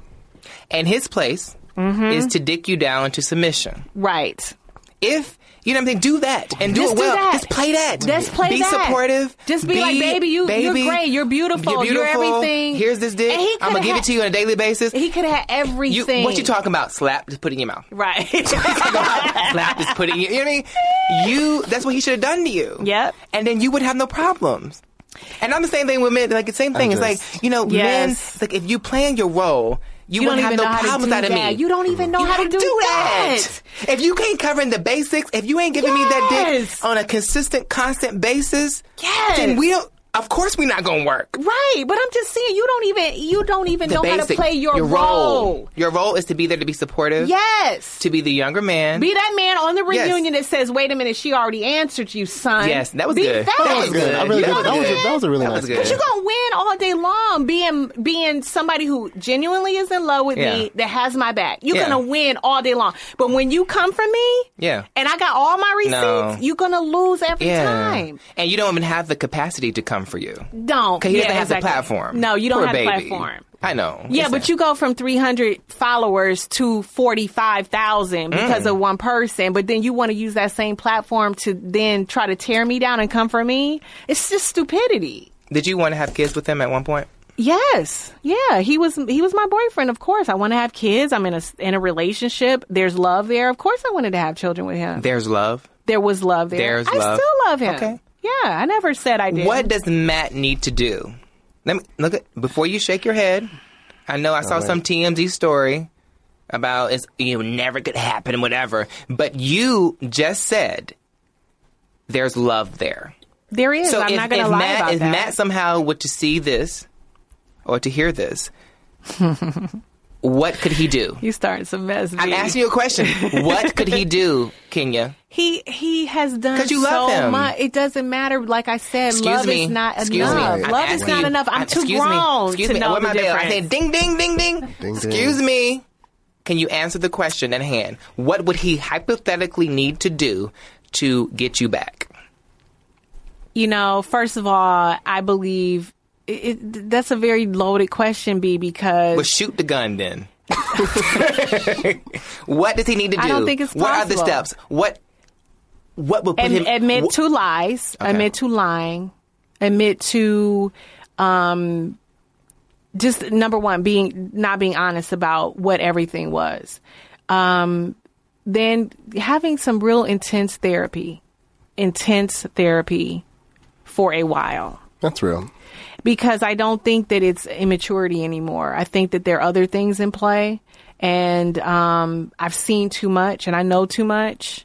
Speaker 2: And his place
Speaker 3: Mm-hmm.
Speaker 2: is to dick you down into submission.
Speaker 3: Right.
Speaker 2: if you know what I'm saying, do that and do
Speaker 3: Just
Speaker 2: it
Speaker 3: do
Speaker 2: well.
Speaker 3: that.
Speaker 2: Just play that.
Speaker 3: Just play
Speaker 2: be
Speaker 3: that.
Speaker 2: supportive.
Speaker 3: Just be, like, baby, you, you're great. You're beautiful. You're, everything.
Speaker 2: Here's this dick.
Speaker 3: And he
Speaker 2: I'm gonna
Speaker 3: coulda
Speaker 2: give
Speaker 3: had-
Speaker 2: it to you on a daily basis.
Speaker 3: He could have
Speaker 2: You,
Speaker 3: had everything.
Speaker 2: what you talking about? Slap. Just put it in your mouth.
Speaker 3: Right.
Speaker 2: Slap. Just put it. In your, you know what I mean? You. That's what he should have done to you.
Speaker 3: Yep.
Speaker 2: And then you would have no problems. And I'm the same thing with men. Like the same thing. it's
Speaker 4: just-
Speaker 2: like you know, men.
Speaker 3: Yes.
Speaker 2: It's like if you playing your role, you,
Speaker 3: You
Speaker 2: wouldn't have no
Speaker 3: how to
Speaker 2: problems
Speaker 3: do
Speaker 2: out of
Speaker 3: that.
Speaker 2: me.
Speaker 3: You don't even know
Speaker 2: You
Speaker 3: how to
Speaker 2: gotta
Speaker 3: Oh, do,
Speaker 2: that. If you can't cover in the basics, if you ain't giving me that
Speaker 3: Yes.
Speaker 2: dick on a consistent, constant basis,
Speaker 3: Yes.
Speaker 2: then we don't. Of course, we're not gonna work.
Speaker 3: Right, but I'm just saying you don't even you don't even know how to
Speaker 2: basic-
Speaker 3: play your, role.
Speaker 2: Your role is to be there to be supportive.
Speaker 3: Yes.
Speaker 2: To be the younger man.
Speaker 3: be that man on the
Speaker 2: Yes.
Speaker 3: reunion that says, "Wait a minute, she already answered you, son."
Speaker 2: yes, that was
Speaker 3: Be
Speaker 2: good.
Speaker 3: That,
Speaker 2: was good.
Speaker 4: I really
Speaker 2: that
Speaker 4: did.
Speaker 2: was
Speaker 4: That was a-
Speaker 2: good.
Speaker 4: that was a really
Speaker 2: that
Speaker 4: nice
Speaker 2: Was good.
Speaker 4: But
Speaker 3: But you're gonna win all day long being being somebody who genuinely is in love with
Speaker 2: Yeah.
Speaker 3: me that has my back. You're
Speaker 2: Yeah.
Speaker 3: gonna win all day long. But when you come from me,
Speaker 2: Yeah.
Speaker 3: and I got all my receipts,
Speaker 2: No.
Speaker 3: you're gonna lose every
Speaker 2: yeah.
Speaker 3: time.
Speaker 2: And you don't even have the capacity to come for you.
Speaker 3: Don't
Speaker 2: Because he
Speaker 3: yeah,
Speaker 2: doesn't have
Speaker 3: exactly.
Speaker 2: the platform.
Speaker 3: No, you don't
Speaker 2: Poor
Speaker 3: have
Speaker 2: baby.
Speaker 3: the platform.
Speaker 2: I know.
Speaker 3: Yeah,
Speaker 2: It's
Speaker 3: but
Speaker 2: sad.
Speaker 3: you go from 300 followers to
Speaker 2: Mm.
Speaker 3: 45,000 because of one person, but then you want to use that same platform to then try to tear me down and come for me? It's just stupidity.
Speaker 2: Did you want to have kids with him at one point?
Speaker 3: Yes. Yeah, he was he was my boyfriend, of course. I want to have kids. I'm in a in a relationship. There's love there. Of course I wanted to have children with him.
Speaker 2: There's love.
Speaker 3: There was love there.
Speaker 2: There's
Speaker 3: I
Speaker 2: love.
Speaker 3: still love him.
Speaker 2: Okay.
Speaker 3: Yeah, I never said I did.
Speaker 2: What does Matt need to do? Let me look at before you shake your head. I know I saw some TMZ story about it's you know, never could happen and whatever, but you just said there's love there.
Speaker 3: There is.
Speaker 2: So
Speaker 3: I'm
Speaker 2: if,
Speaker 3: not going to
Speaker 2: if
Speaker 3: lie
Speaker 2: Matt,
Speaker 3: about
Speaker 2: if
Speaker 3: that.
Speaker 2: Matt somehow were to see this or to hear this, What could he do?
Speaker 3: You start some mess.
Speaker 2: I'm
Speaker 3: B.
Speaker 2: asking you a question. What could he do, Kenya?
Speaker 3: He he has done
Speaker 2: 'Cause you love
Speaker 3: so
Speaker 2: him.
Speaker 3: much. It doesn't matter. Like I said,
Speaker 2: Excuse
Speaker 3: love
Speaker 2: me.
Speaker 3: is not
Speaker 2: excuse
Speaker 3: enough.
Speaker 2: Me. I'm
Speaker 3: Love is
Speaker 2: asking
Speaker 3: not
Speaker 2: you.
Speaker 3: enough. I'm, too
Speaker 2: excuse
Speaker 3: grown
Speaker 2: Me. Excuse
Speaker 3: to
Speaker 2: me.
Speaker 3: know
Speaker 2: what
Speaker 3: the
Speaker 2: my bell?
Speaker 3: difference.
Speaker 2: I said, ding, ding, ding, ding.
Speaker 4: ding.
Speaker 2: excuse me. Can you answer the question at hand? What would he hypothetically need to do to get you back?
Speaker 3: you know, first of all, I believe it, it, that's a very loaded question, B, because
Speaker 2: Well, shoot the gun then. what does he need to do?
Speaker 3: I don't think it's
Speaker 2: What are the
Speaker 3: possible.
Speaker 2: steps? What what would put
Speaker 3: Ad-
Speaker 2: him
Speaker 3: admit
Speaker 2: wh-
Speaker 3: to lies, admit to lying, admit to um, just number one being not being honest about what everything was. Um, then having some real intense therapy, intense therapy for a while.
Speaker 4: That's real.
Speaker 3: because I don't think that it's immaturity anymore. I think that there are other things in play, and um, I've seen too much and I know too much.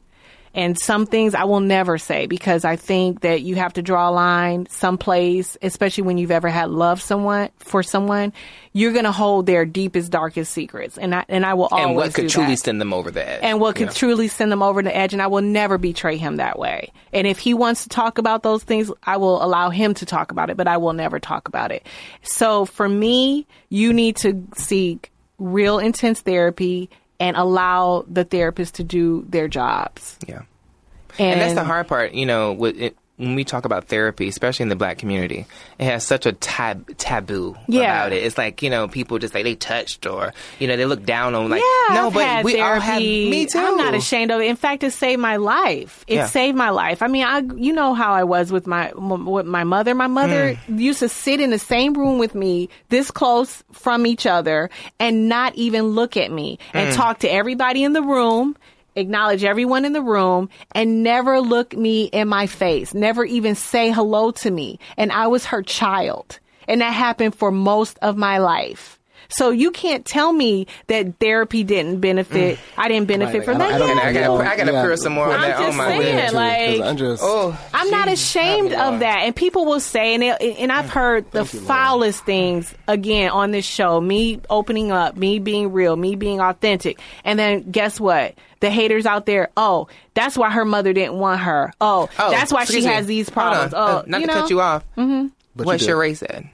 Speaker 3: And some things I will never say because I think that you have to draw a line someplace, especially when you've ever had love someone for someone. You're gonna hold their deepest, darkest secrets, and I and I will always
Speaker 2: and what
Speaker 3: do
Speaker 2: could truly
Speaker 3: that
Speaker 2: send them over the edge?
Speaker 3: and what
Speaker 2: you
Speaker 3: could
Speaker 2: know?
Speaker 3: truly send them over the edge. And I will never betray him that way. And if he wants to talk about those things, I will allow him to talk about it, but I will never talk about it. So for me, you need to seek real intense therapy and allow the therapist to do their jobs.
Speaker 2: yeah.
Speaker 3: And,
Speaker 2: And that's the hard part, you know, with it, when we talk about therapy, especially in the black community, it has such a tab- taboo
Speaker 3: Yeah.
Speaker 2: about it. It's like, you know, people just like they touched or, you know, they look down on like,
Speaker 3: yeah,
Speaker 2: no,
Speaker 3: I've
Speaker 2: but
Speaker 3: had
Speaker 2: we all have,
Speaker 3: therapy.
Speaker 2: me too.
Speaker 3: I'm not ashamed of it. In fact, it saved my life. It
Speaker 2: Yeah.
Speaker 3: saved my life. I mean, I you know how I was with my m- with my mother. My mother used to sit in the same room with me, this close from each other, and not even look at me, and talk to everybody in the room. Acknowledge everyone in the room and never look me in my face, never even say hello to me. And I was her child. And that happened for most of my life. So you can't tell me that therapy didn't benefit. I didn't benefit from that.
Speaker 2: I gotta- I
Speaker 4: know.
Speaker 2: gotta- I gotta pour some more on
Speaker 3: I'm
Speaker 2: that.
Speaker 3: just
Speaker 2: oh my
Speaker 3: saying,
Speaker 2: goodness.
Speaker 4: Too, 'cause
Speaker 3: like-
Speaker 4: I'm just.
Speaker 2: Oh,
Speaker 3: I'm not
Speaker 2: Jesus, help
Speaker 3: ashamed
Speaker 2: me,
Speaker 3: of
Speaker 2: Lord.
Speaker 3: that. And people will say, and, it, and I've heard the foulest things again on this show me opening up, me being real, me being authentic. And then guess what? The haters out there, oh, that's why her mother didn't want her. Oh,
Speaker 2: Oh,
Speaker 3: that's why she
Speaker 2: excuse me.
Speaker 3: has these
Speaker 2: Hold on.
Speaker 3: problems.
Speaker 2: Uh,
Speaker 3: oh,
Speaker 2: not to
Speaker 3: you know? Mm-hmm.
Speaker 2: cut you off.
Speaker 4: But
Speaker 2: what
Speaker 4: you did.
Speaker 2: Sheree said.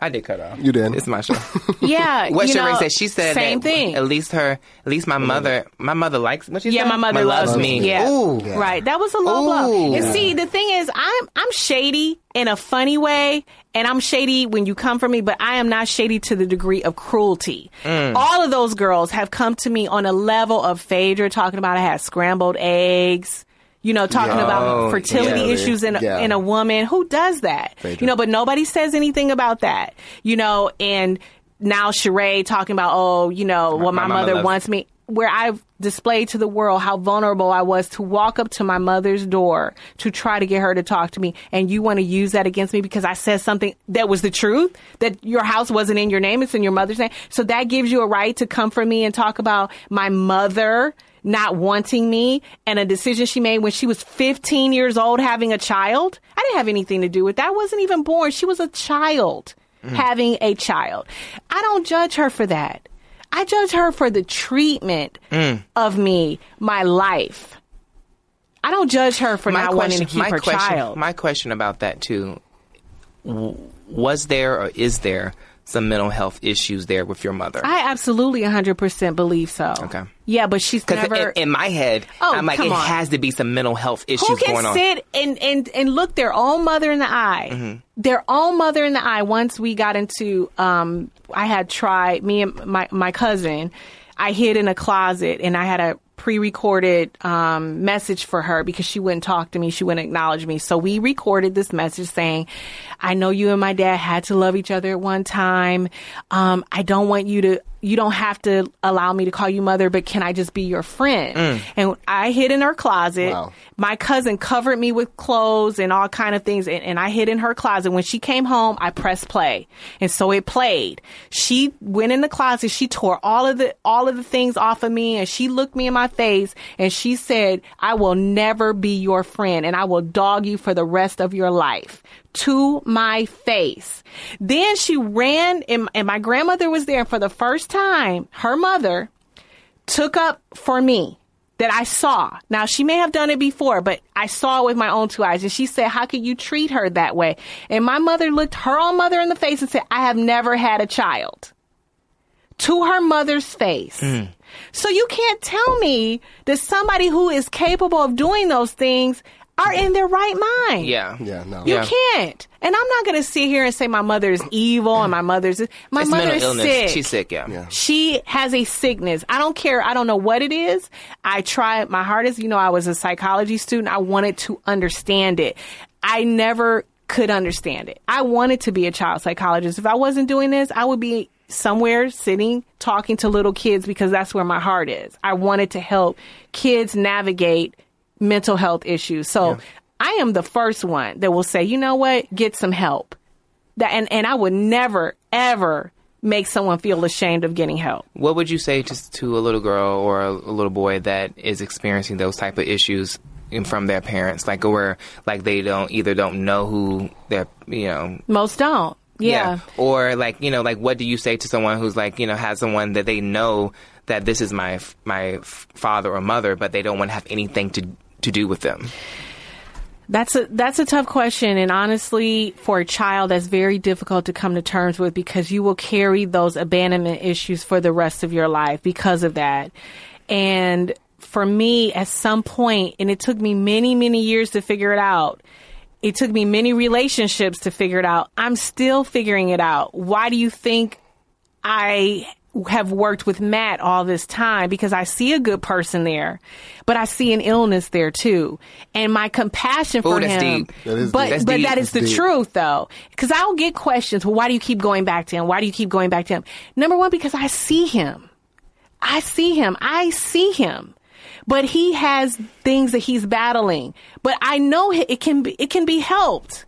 Speaker 2: I did cut her off.
Speaker 4: You did.
Speaker 2: It's my show.
Speaker 3: Yeah.
Speaker 2: what
Speaker 3: you
Speaker 2: Sheree
Speaker 3: know,
Speaker 2: said, she said
Speaker 3: same
Speaker 2: that
Speaker 3: thing.
Speaker 2: At least her, at least my mother, my mother likes. What she
Speaker 3: Yeah,
Speaker 2: said?
Speaker 3: my mother loves, me. Yeah.
Speaker 2: Ooh.
Speaker 3: Right. That was a low blow.
Speaker 2: Ooh.
Speaker 3: And see, the thing is, I'm I'm shady in a funny way, and I'm shady when you come for me, but I am not shady to the degree of cruelty. All of those girls have come to me on a level of Phaedra talking about I had scrambled eggs. You know, talking
Speaker 4: Yeah.
Speaker 2: Oh,
Speaker 3: about fertility
Speaker 4: yeah.
Speaker 3: issues in a,
Speaker 4: Yeah.
Speaker 3: in a woman. Who does that? You know, but nobody says anything about that. You know, and now Sheree talking about, oh, you know, well,
Speaker 2: my
Speaker 3: my,
Speaker 2: mama
Speaker 3: mother
Speaker 2: loves-
Speaker 3: wants me. Where I've displayed to the world how vulnerable I was to walk up to my mother's door to try to get her to talk to me, and you want to use that against me because I said something that was the truth that your house wasn't in your name, it's in your mother's name. So that gives you a right to come for me and talk about my mother not wanting me and a decision she made when she was 15 years old having a child. I didn't have anything to do with that. I wasn't even born. She was a child having a child. I don't judge her for that. I judge her for the treatment
Speaker 2: Mm.
Speaker 3: of me, my life. I don't judge her for not wanting to keep
Speaker 2: my
Speaker 3: her
Speaker 2: question,
Speaker 3: child.
Speaker 2: My question about that too: w- Was there or is there some mental health issues there with your mother?
Speaker 3: I absolutely 100% believe so.
Speaker 2: Okay.
Speaker 3: Yeah, but she's
Speaker 2: Because
Speaker 3: never.
Speaker 2: in, in my head,
Speaker 3: Oh,
Speaker 2: I'm like,
Speaker 3: come
Speaker 2: it
Speaker 3: on.
Speaker 2: has to be some mental health issues
Speaker 3: who can
Speaker 2: going on.
Speaker 3: sit and, and, and look their own mother in the eye
Speaker 2: Mm-hmm.
Speaker 3: their own mother in the eye once we got into um, i had tried me and my, my cousin i hid in a closet and i had a pre-recorded um, message for her because she wouldn't talk to me she wouldn't acknowledge me so we recorded this message saying i know you and my dad had to love each other at one time um, i don't want you to you don't have to allow me to call you mother but can i just be your friend and i hid in her closet
Speaker 4: Wow.
Speaker 3: my cousin covered me with clothes and all kind of things and, and i hid in her closet when she came home i pressed play and so it played she went in the closet she tore all of the all of the things off of me and she looked me in my face and she said i will never be your friend and i will dog you for the rest of your life to my face. Then she ran, and, and my grandmother was there. And for the first time, her mother took up for me that I saw. Now, she may have done it before, but I saw it with my own two eyes. And she said, How could you treat her that way? And my mother looked her own mother in the face and said, I have never had a child. To her mother's face. So you can't tell me that somebody who is capable of doing those things are in their right mind.
Speaker 2: Yeah.
Speaker 4: Yeah, no.
Speaker 3: You
Speaker 2: Yeah.
Speaker 3: can't. And I'm not going to sit here and say my mother is evil and my mother's. My
Speaker 2: It's
Speaker 3: mother
Speaker 2: mental
Speaker 3: is
Speaker 2: illness.
Speaker 3: sick.
Speaker 2: She's sick, yeah.
Speaker 3: She has a sickness. I don't care. I don't know what it is. I try my hardest. You know, I was a psychology student. I wanted to understand it. I never could understand it. I wanted to be a child psychologist. If I wasn't doing this, I would be somewhere sitting talking to little kids because that's where my heart is. I wanted to help kids navigate mental health issues. So I am the first one that will say, you know what? Get some help. That and, and I would never, ever make someone feel ashamed of getting help.
Speaker 2: What would you say to, to a little girl or a, a little boy that is experiencing those type of issues in- from their parents, like where like they don't either don't know who their you know
Speaker 3: Most don't. Yeah.
Speaker 2: or like you know like what do you say to someone who's like you know has someone that they know that this is my f- my f- father or mother, but they don't want to have anything to to do with them.
Speaker 3: That's a that's a tough question and honestly for a child that's very difficult to come to terms with because you will carry those abandonment issues for the rest of your life because of that. And for me at some point and it took me many many years to figure it out. It took me many relationships to figure it out. I'm still figuring it out. Why do you think I have worked with Matt all this time because I see a good person there, but I see an illness there too. And my compassion for
Speaker 2: that's
Speaker 3: him,
Speaker 2: deep. That
Speaker 4: is
Speaker 3: but
Speaker 4: deep. That's
Speaker 3: but
Speaker 2: deep.
Speaker 3: that is the
Speaker 4: That's deep.
Speaker 3: truth though, because I'll get questions. Well, why do you keep going back to him? Why do you keep going back to him? Number one, because I see him. I see him. I see him. But he has things that he's battling. But I know it can be, it can be helped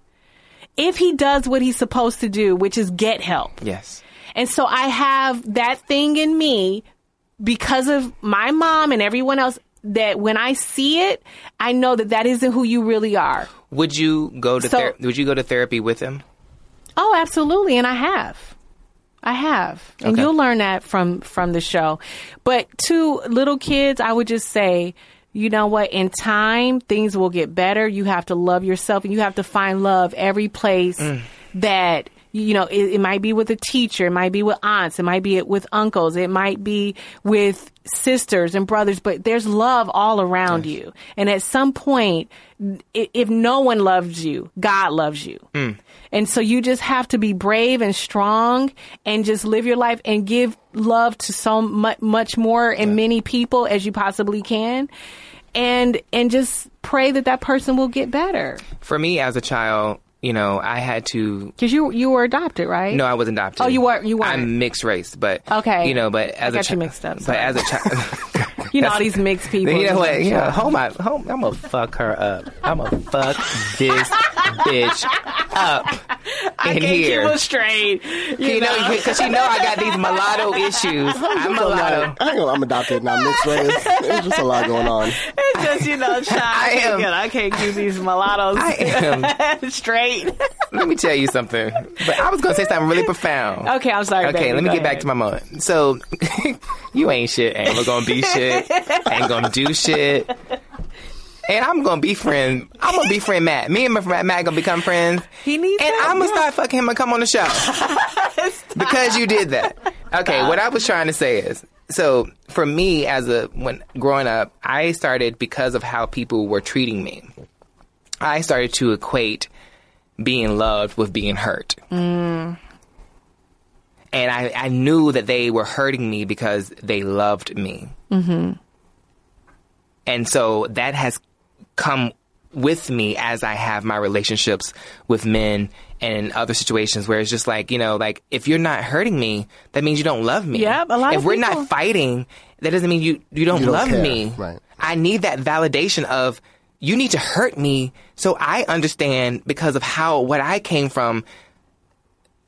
Speaker 3: if he does what he's supposed to do, which is get help.
Speaker 2: Yes.
Speaker 3: And so I have that thing in me because of my mom and everyone else that when I see it, I know that that isn't who you really are.
Speaker 2: Would you go to
Speaker 3: So-
Speaker 2: ther- would you go to therapy with them?
Speaker 3: Oh, absolutely, and I have. I have. And
Speaker 2: Okay.
Speaker 3: you'll learn that from from the show. But to little kids, I would just say, you know what, in time things will get better. You have to love yourself and you have to find love every place that you know, it, it might be with a teacher, it might be with aunts, it might be with uncles, it might be with sisters and brothers, but there's love all around you. And at some point, i- if no one loves you, God loves you. And so you just have to be brave and strong and just live your life and give love to so much, much more and many people as you possibly can. And, and just pray that that person will get better.
Speaker 2: For me as a child, you know, I had to
Speaker 3: Cause you, you were adopted, right?
Speaker 2: No, I was adopted.
Speaker 3: Oh, you were- you weren't.
Speaker 2: I'm mixed race, but
Speaker 3: Okay.
Speaker 2: You know, but
Speaker 3: I
Speaker 2: as a
Speaker 3: got you
Speaker 2: chi-
Speaker 3: mixed up,
Speaker 2: But
Speaker 3: sorry.
Speaker 2: as a child,
Speaker 3: you know, all these mixed people.
Speaker 2: you know what?
Speaker 3: Like,
Speaker 2: You know, home, I, home, I'm gonna fuck her up. I'm gonna fuck this bitch up in
Speaker 3: can't keep
Speaker 2: here.
Speaker 3: them straight. You,
Speaker 2: you
Speaker 3: know,
Speaker 2: know, because you know I got these mulatto issues. I'm mulatto.
Speaker 4: I ain't gonna, I'm adopted now. Mixed race. There's just a lot going on.
Speaker 3: it's just, you know, child. I,
Speaker 2: am-
Speaker 3: I can't keep these mulattos
Speaker 2: I am.
Speaker 3: straight.
Speaker 2: Um, Let me tell you something. But I was gonna say something really profound.
Speaker 3: okay, I'm sorry.
Speaker 2: Okay,
Speaker 3: baby.
Speaker 2: let me
Speaker 3: Go
Speaker 2: get back
Speaker 3: ahead.
Speaker 2: to my moment. So, you ain't shit. Ain't never gonna be shit. Ain't gonna do shit. And I'm gonna be friend. I'm gonna be friend Matt. Me and my friend Matt gonna become friends.
Speaker 3: He needs
Speaker 2: And
Speaker 3: help,
Speaker 2: I'm gonna
Speaker 3: yeah.
Speaker 2: start fucking him and come on the show because you did that. Okay, what I was trying to say is so for me as a when growing up, I started because of how people were treating me. I started to equate being loved with being hurt. And I, I knew that they were hurting me because they loved me. Mm-hmm. And so that has come with me as I have my relationships with men and in other situations where it's just like, you know, like if you're not hurting me, that means you don't love me.
Speaker 3: Yep, a lot
Speaker 2: if
Speaker 3: of
Speaker 2: we're
Speaker 3: people-
Speaker 2: not fighting, that doesn't mean you, you don't
Speaker 4: You don't
Speaker 2: love
Speaker 4: care,
Speaker 2: me.
Speaker 4: right.
Speaker 2: I need that validation of you need to hurt me so I understand because of how what I came from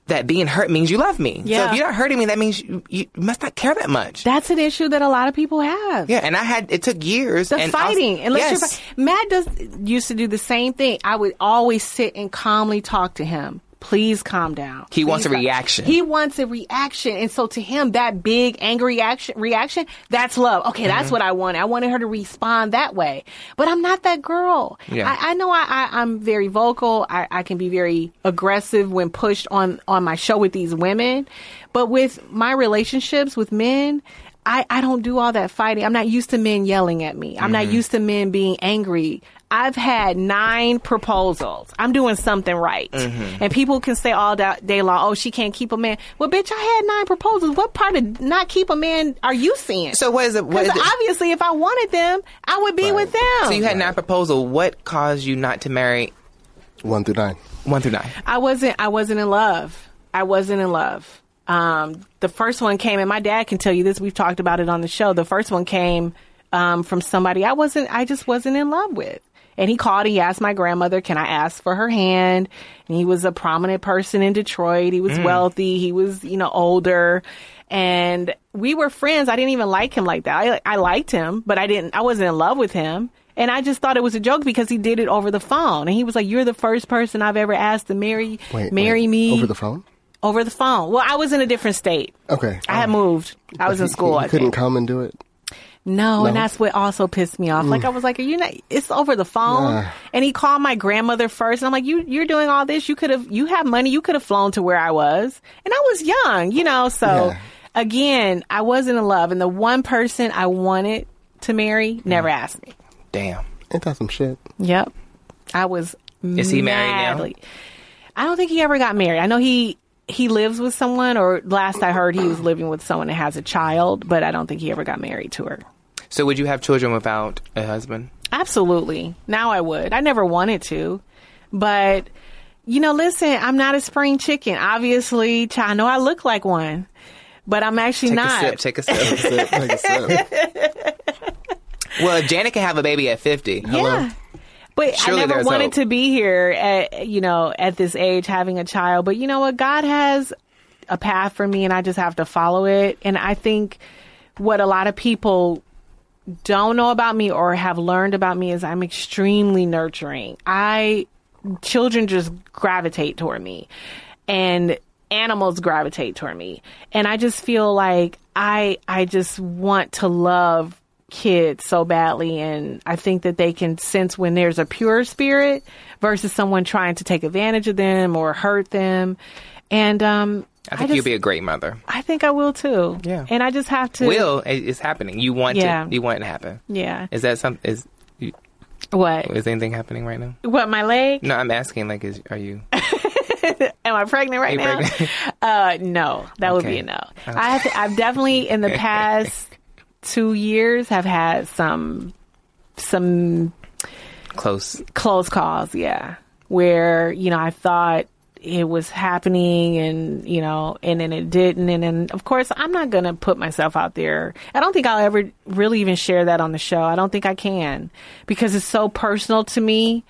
Speaker 2: that being hurt means you love me. So
Speaker 3: Yeah.
Speaker 2: if you're not hurting me, that means you, you must not care that much.
Speaker 3: That's an issue that a lot of people have.
Speaker 2: yeah, and I had it took years.
Speaker 3: The
Speaker 2: and
Speaker 3: fighting,
Speaker 2: also-
Speaker 3: unless you're
Speaker 2: yes.
Speaker 3: fi- Matt does used to do the same thing. I would always sit and calmly talk to him. Please calm down.
Speaker 2: He wants
Speaker 3: Please
Speaker 2: a
Speaker 3: calm-"
Speaker 2: reaction.
Speaker 3: He wants a reaction, and so to him, that big angry action reaction that's love. Okay,
Speaker 2: Mm-hmm.
Speaker 3: that's what I wanted. I wanted her to respond that way, but I'm not that girl.
Speaker 2: Yeah.
Speaker 3: I, I know I, I, I'm very vocal. I, I can be very aggressive when pushed on on my show with these women, but with my relationships with men. I, I don't do all that fighting. I'm not used to men yelling at me. I'm
Speaker 2: Mm-hmm.
Speaker 3: not used to men being angry. I've had nine proposals. I'm doing something right.
Speaker 2: Mm-hmm.
Speaker 3: And people can say all da- day long, oh, she can't keep a man. Well, bitch, I had nine proposals. What part of not keep a man are you seeing?
Speaker 2: So what is it? What is
Speaker 3: 'Cause
Speaker 2: it?
Speaker 3: obviously, if I wanted them, I would be with them.
Speaker 2: So you had nine proposal. What caused you not to marry
Speaker 4: One through nine.
Speaker 2: one through nine?
Speaker 3: I wasn't. I wasn't in love. I wasn't in love. Um, the first one came, and my dad can tell you this. We've talked about it on the show. The first one came um, from somebody I wasn't. I just wasn't in love with. And he called. He asked my grandmother, "Can I ask for her hand?" And he was a prominent person in Detroit. He was wealthy. He was, you know, older. And we were friends. I didn't even like him like that. I, I liked him, but I didn't. I wasn't in love with him. And I just thought it was a joke because he did it over the phone. And he was like, "You're the first person I've ever asked to marry
Speaker 4: Wait,
Speaker 3: marry
Speaker 4: wait,
Speaker 3: me
Speaker 4: over the phone.
Speaker 3: over the phone." Well, I was in a different state.
Speaker 4: Okay.
Speaker 3: I had moved. I was in
Speaker 4: Oh. He-
Speaker 3: school.
Speaker 4: He,
Speaker 3: I
Speaker 4: couldn't
Speaker 3: think.
Speaker 4: come and do it.
Speaker 3: No, and
Speaker 4: No? Mm.
Speaker 3: that's what also pissed me off. Like I was like, "Are you not?" It's over the phone.
Speaker 4: Nah.
Speaker 3: And he called my grandmother first, and I'm like, "You you're doing all this. You could have you have money. You could have flown to where I was, and I was young, you know." So
Speaker 4: Yeah.
Speaker 3: again, I wasn't in love, and the one person I wanted to marry
Speaker 4: Mm.
Speaker 3: never asked me.
Speaker 2: Damn.
Speaker 4: Ain't that some shit?
Speaker 3: Yep. I was
Speaker 2: Is he married now?
Speaker 3: madly- I don't think he ever got married. I know he he lives with someone or last I heard he was living with someone that has a child, but I don't think he ever got married to her.
Speaker 2: So would you have children without a husband?
Speaker 3: Absolutely. Now I would. I never wanted to, but you know, listen, I'm not a spring chicken. Obviously, ch- I know I look like one, but I'm actually
Speaker 2: Take
Speaker 3: not.
Speaker 2: a sip. Take a sip.
Speaker 4: Sit, take a sip.
Speaker 2: well, Janet can have a baby at fifty.
Speaker 3: Yeah. But
Speaker 2: Surely
Speaker 3: I never
Speaker 2: there's
Speaker 3: wanted
Speaker 2: hope.
Speaker 3: to be here at you know at this age having a child. But you know what? God has a path for me, and I just have to follow it. And I think what a lot of people don't know about me or have learned about me is I'm extremely nurturing. I children just gravitate toward me, and animals gravitate toward me, and I just feel like I I just want to love kids so badly and I think that they can sense when there's a pure spirit versus someone trying to take advantage of them or hurt them. And um
Speaker 2: I think
Speaker 3: just,
Speaker 2: you'll be a great mother.
Speaker 3: I think I will too.
Speaker 2: Yeah.
Speaker 3: And I just have to
Speaker 2: Will it- it's happening. You want
Speaker 3: Yeah.
Speaker 2: it. You want it to happen.
Speaker 3: Yeah.
Speaker 2: Is that some? Is
Speaker 3: What?
Speaker 2: is anything happening right now?
Speaker 3: What my leg?
Speaker 2: No, I'm asking. Like, is are you?
Speaker 3: Am I pregnant right
Speaker 2: you
Speaker 3: now?
Speaker 2: pregnant?
Speaker 3: Uh, no, that would be
Speaker 2: Okay.
Speaker 3: a no. I have to, I've definitely in the past two years have had some some
Speaker 2: Close.
Speaker 3: close calls, yeah, where you know I thought it was happening and you know and then it didn't and then of course I'm not going to put myself out there. I don't think I'll ever really even share that on the show. I don't think I can because it's so personal to me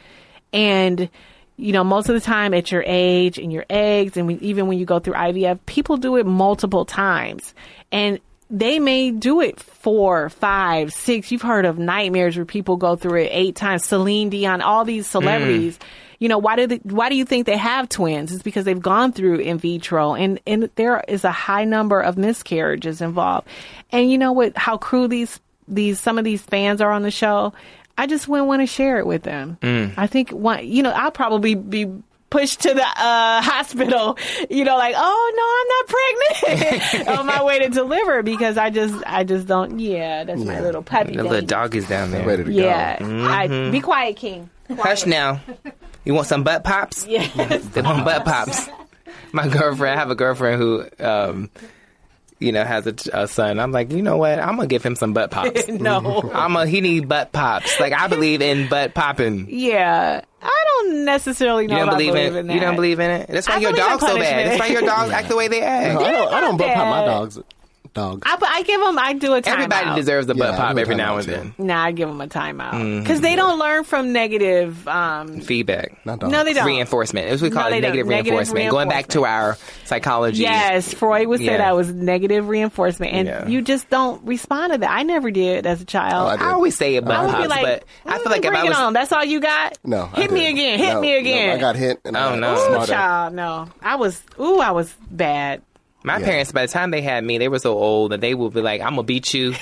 Speaker 3: and you know most of the time at your age and your eggs and when, even when you go through IVF people do it multiple times and they may do it four, five, six. You've heard of nightmares where people go through it eight times. Celine Dion, all these celebrities. You know why do they, why do you think they have twins? It's because they've gone through in vitro, and and there is a high number of miscarriages involved. And you know what? How cruel these these some of these fans are on the show. I just wouldn't want to share it with them.
Speaker 2: Mm.
Speaker 3: I think one, you know, I'll probably be pushed to the uh, hospital. You know, like, oh no, I'm not pregnant on my way to deliver because I just, I just don't. Yeah, that's my little puppy.
Speaker 2: The little
Speaker 3: baby.
Speaker 2: dog Mm-hmm. is down there.
Speaker 4: Ready to
Speaker 3: Yeah,
Speaker 4: go.
Speaker 3: I, be quiet, King.
Speaker 2: Hush now. You want some butt pops? Yeah. they want butt pops. My girlfriend, I have a girlfriend who, um, you know, has a, a son. I'm like, you know what? I'm gonna give him some butt pops.
Speaker 3: No.
Speaker 2: I'm a he need butt pops. Like I believe in butt popping.
Speaker 3: Yeah, I don't necessarily know.
Speaker 2: You don't
Speaker 3: if I
Speaker 2: believe, in,
Speaker 3: that.
Speaker 2: You don't believe in it. That's why
Speaker 3: I
Speaker 2: your
Speaker 3: believe in
Speaker 2: dog's so bad.
Speaker 3: punishment.
Speaker 2: That's why your dogs act the way they
Speaker 4: No,
Speaker 2: act.
Speaker 4: I don't. I don't
Speaker 3: not
Speaker 4: butt pop my
Speaker 3: bad.
Speaker 4: dogs. dog.
Speaker 3: I, I give them. I do a timeout.
Speaker 2: Everybody deserves a butt
Speaker 4: Yeah,
Speaker 2: pop
Speaker 4: I'm
Speaker 2: every
Speaker 4: talking
Speaker 2: now and
Speaker 4: about you.
Speaker 2: then.
Speaker 3: Nah, I give them a
Speaker 2: Mm-hmm.
Speaker 3: timeout because they don't learn from negative. Um,
Speaker 2: Feedback.
Speaker 4: Not dog.
Speaker 3: no, they don't.
Speaker 2: Reinforcement. It's what we call
Speaker 3: No,
Speaker 2: it
Speaker 3: they don't.
Speaker 2: negative
Speaker 3: Negative
Speaker 2: reinforcement. Going back to our psychology.
Speaker 3: Yes, Freud would say
Speaker 2: Yeah.
Speaker 3: that was negative reinforcement, and
Speaker 2: Yeah.
Speaker 3: you just don't respond to that. I never did as a
Speaker 4: Oh, I
Speaker 3: child.
Speaker 4: did.
Speaker 2: I always say it
Speaker 3: I
Speaker 2: butt
Speaker 3: would
Speaker 2: pops,
Speaker 3: be like,
Speaker 2: but I feel like if
Speaker 3: bring
Speaker 2: I
Speaker 3: it
Speaker 2: was
Speaker 3: on. That's all you got.
Speaker 4: No. I
Speaker 3: hit me
Speaker 4: didn't.
Speaker 3: again. Hit
Speaker 4: No,
Speaker 3: me
Speaker 4: no,
Speaker 3: again.
Speaker 4: I got hit. And
Speaker 2: Oh,
Speaker 4: I got
Speaker 2: no.
Speaker 3: Ooh,
Speaker 4: smarter.
Speaker 3: child, no. I was. Ooh, I was bad.
Speaker 2: My parents, by the time they had me, they were so old that they would be like, "I'm gonna beat you,"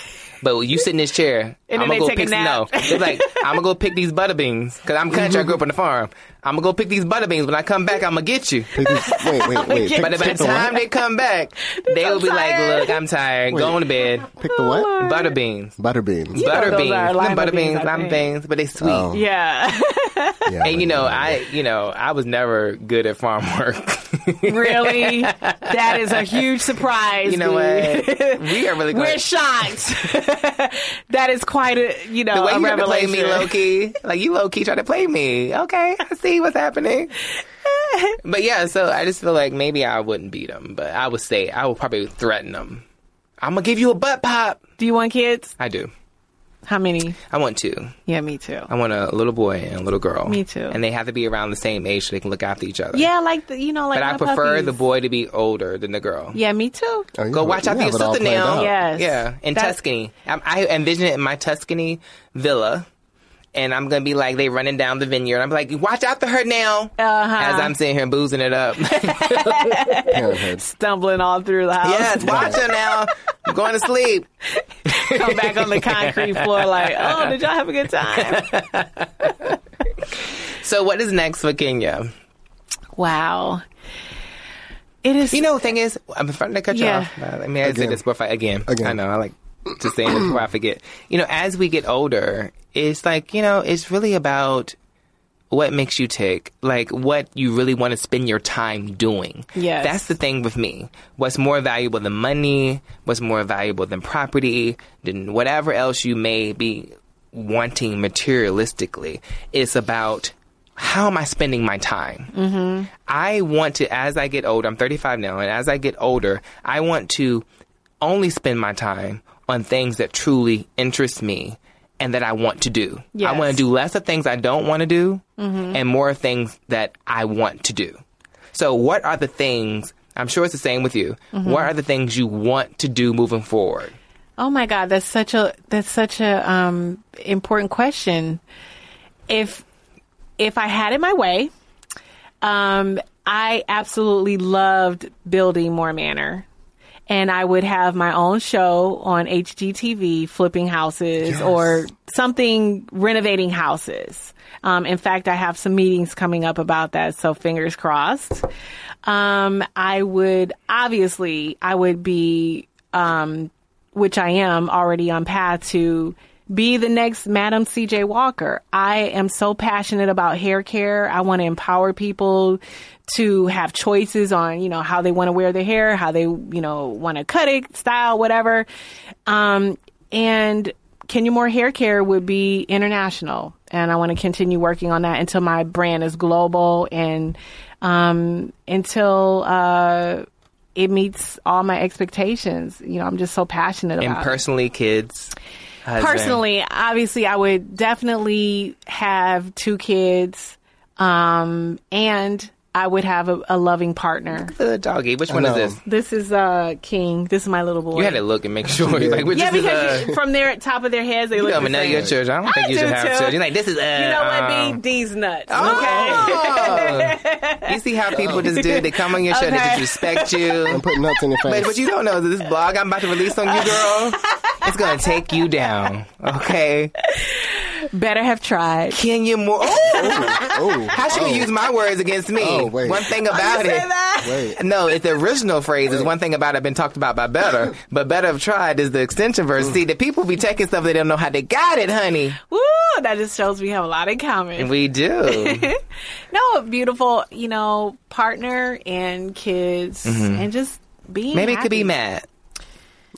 Speaker 2: but you sit in this chair.
Speaker 3: And then
Speaker 2: I'm gonna
Speaker 3: they
Speaker 2: go
Speaker 3: take a
Speaker 2: pick
Speaker 3: nap.
Speaker 2: no. They're like, "I'm gonna go pick these butter beans because I'm country. I grew up on the farm. I'm gonna go pick these butter beans. When I come back, I'm gonna get you."
Speaker 4: Pick these- wait, wait, wait.
Speaker 3: Pick-
Speaker 4: Pick,
Speaker 2: But by
Speaker 4: pick
Speaker 2: the
Speaker 4: the
Speaker 2: time
Speaker 4: what?
Speaker 2: they come back, they will be
Speaker 3: tired.
Speaker 2: like, "Look, I'm tired.
Speaker 4: Wait.
Speaker 2: Going to bed.
Speaker 4: Pick the what?
Speaker 2: Butter beans,
Speaker 4: Butterbeans.
Speaker 2: butter
Speaker 3: those
Speaker 2: beans,
Speaker 3: are
Speaker 2: Them
Speaker 3: lima
Speaker 2: butter
Speaker 3: beans,
Speaker 2: beans,
Speaker 3: I
Speaker 2: lime
Speaker 3: think.
Speaker 2: beans, but they sweet."
Speaker 4: Oh.
Speaker 3: Yeah,
Speaker 4: Yeah,
Speaker 2: And you
Speaker 4: wait,
Speaker 2: know,
Speaker 4: wait, wait.
Speaker 2: I you know I was never good at farm work.
Speaker 3: really. That is a huge surprise.
Speaker 2: you know
Speaker 3: dude.
Speaker 2: what? We are really
Speaker 3: We're
Speaker 2: glad-
Speaker 3: shocked. that is quite a you know
Speaker 2: The way
Speaker 3: a
Speaker 2: you tried to play
Speaker 3: revelation.
Speaker 2: me, low key, like you low key tried to play me. Okay, I see what's happening. but yeah, so I just feel like maybe I wouldn't beat them, but I would say I would probably threaten them. I'm gonna give you a butt pop.
Speaker 3: Do you want kids?
Speaker 2: I do.
Speaker 3: How many?
Speaker 2: I want two.
Speaker 3: Yeah, me too.
Speaker 2: I want a little boy and a little girl.
Speaker 3: Me too.
Speaker 2: And they have to be around the same age so they can look after each other.
Speaker 3: Yeah, like the you know like
Speaker 2: But I
Speaker 3: my
Speaker 2: prefer
Speaker 3: puppies.
Speaker 2: the boy to be older than the girl.
Speaker 3: Yeah, me too.
Speaker 4: Oh, you
Speaker 2: Go
Speaker 4: have-
Speaker 2: watch out for
Speaker 4: you
Speaker 2: your
Speaker 4: have it all
Speaker 2: sister
Speaker 4: planned
Speaker 2: now.
Speaker 4: out.
Speaker 3: Yes.
Speaker 2: Yeah, in
Speaker 3: That-
Speaker 2: Tuscany. I'm, I envision it in my Tuscany villa. And I'm gonna be like they running down the vineyard. I'm like, watch out for her now,
Speaker 3: Uh-huh.
Speaker 2: as I'm sitting here boozing it up.
Speaker 4: Parenthood.
Speaker 3: Stumbling all through the house.
Speaker 2: yes, watch her now. I'm going to sleep.
Speaker 3: Come back on the concrete floor like, oh, did y'all have a good time?
Speaker 2: So, what is next for Kenya?
Speaker 3: Wow. It is
Speaker 2: You know, the thing is, I'm trying to cut you
Speaker 3: Yeah.
Speaker 2: off. Uh, I mean, I say
Speaker 4: Again.
Speaker 2: this before I, again.
Speaker 4: Again.
Speaker 2: I know. I like to say it before I forget. You know, as we get older, it's like you know, it's really about what makes you tick, like what you really want to spend your time doing.
Speaker 3: Yes.
Speaker 2: that's the thing with me. What's more valuable than money? What's more valuable than property? Than whatever else you may be wanting materialistically? It's about how am I spending my time. I want to, as I get older, I'm 35 now, and as I get older, I want to only spend my time on things that truly interest me and that I want to do. I
Speaker 3: Yes. Mm-hmm.
Speaker 2: want to do less of things I don't want to do and more of things that I want to do. So, what are the things? I'm sure it's the same with you.
Speaker 3: Mm-hmm.
Speaker 2: What are the things you want to do moving forward?
Speaker 3: Oh my God, that's such a that's such a um, important question. If if I had it my way, um, I absolutely loved building Moore Manor. And I would have my own show on HGTV, flipping houses or something, renovating houses. Um, in fact, I have some meetings coming up about that, so fingers crossed. Um, I would obviously, I would be um, which I am already on path to be the next Madam CJ Walker. I am so passionate about hair care. I want to empower people to have choices on, you know, how they want to wear their hair, how they, you know, want to cut it, style, whatever. Um, and Kenya Moore Hair Care would be international. And I want to continue working on that until my brand is global and um, until uh, it meets all my expectations. You know, I'm just so passionate
Speaker 2: And
Speaker 3: about it
Speaker 2: personally, kids. husband.
Speaker 3: personally obviously i would definitely have two kids um and i would have a, a loving partner
Speaker 2: Uh, doggy, which one is
Speaker 4: know.
Speaker 2: this?
Speaker 3: this is uh king this is my little boy
Speaker 2: You had to look and make sure. like, which
Speaker 3: yeah
Speaker 2: is,
Speaker 3: because
Speaker 2: uh,
Speaker 3: you- from their top of their heads they
Speaker 2: You
Speaker 3: look
Speaker 2: don't
Speaker 3: the
Speaker 2: even know
Speaker 3: same.
Speaker 2: your children. I don't think
Speaker 3: I
Speaker 2: you should
Speaker 3: do,
Speaker 2: have
Speaker 3: too.
Speaker 2: children. You're like, this is, um, uh,
Speaker 3: you know what
Speaker 2: um,
Speaker 3: B? these nuts okay
Speaker 2: Oh. you see how people just do? They come on your show,
Speaker 3: Okay.
Speaker 2: they disrespect you.
Speaker 4: I'm putting nuts in your face.
Speaker 2: But what you don't know is this blog I'm about to release on you, girl, it's gonna take you down. Okay,
Speaker 3: better have tried
Speaker 2: Kenya Moore. Oh,
Speaker 4: oh,
Speaker 2: how she
Speaker 4: oh,
Speaker 2: can use my words against me?
Speaker 4: Oh, wait.
Speaker 2: One thing about it.
Speaker 4: Wait.
Speaker 2: No, it's the original phrase is one thing about it been talked about by Better, but Better Have Tried is the extension verse. See, the people be taking stuff they don't know how they got it, honey.
Speaker 3: Woo! That just shows we have a lot in common.
Speaker 2: We do.
Speaker 3: no, beautiful, you know, partner and kids,
Speaker 4: Mm-hmm.
Speaker 3: and just being
Speaker 2: Maybe it could be
Speaker 3: happy.
Speaker 2: Matt.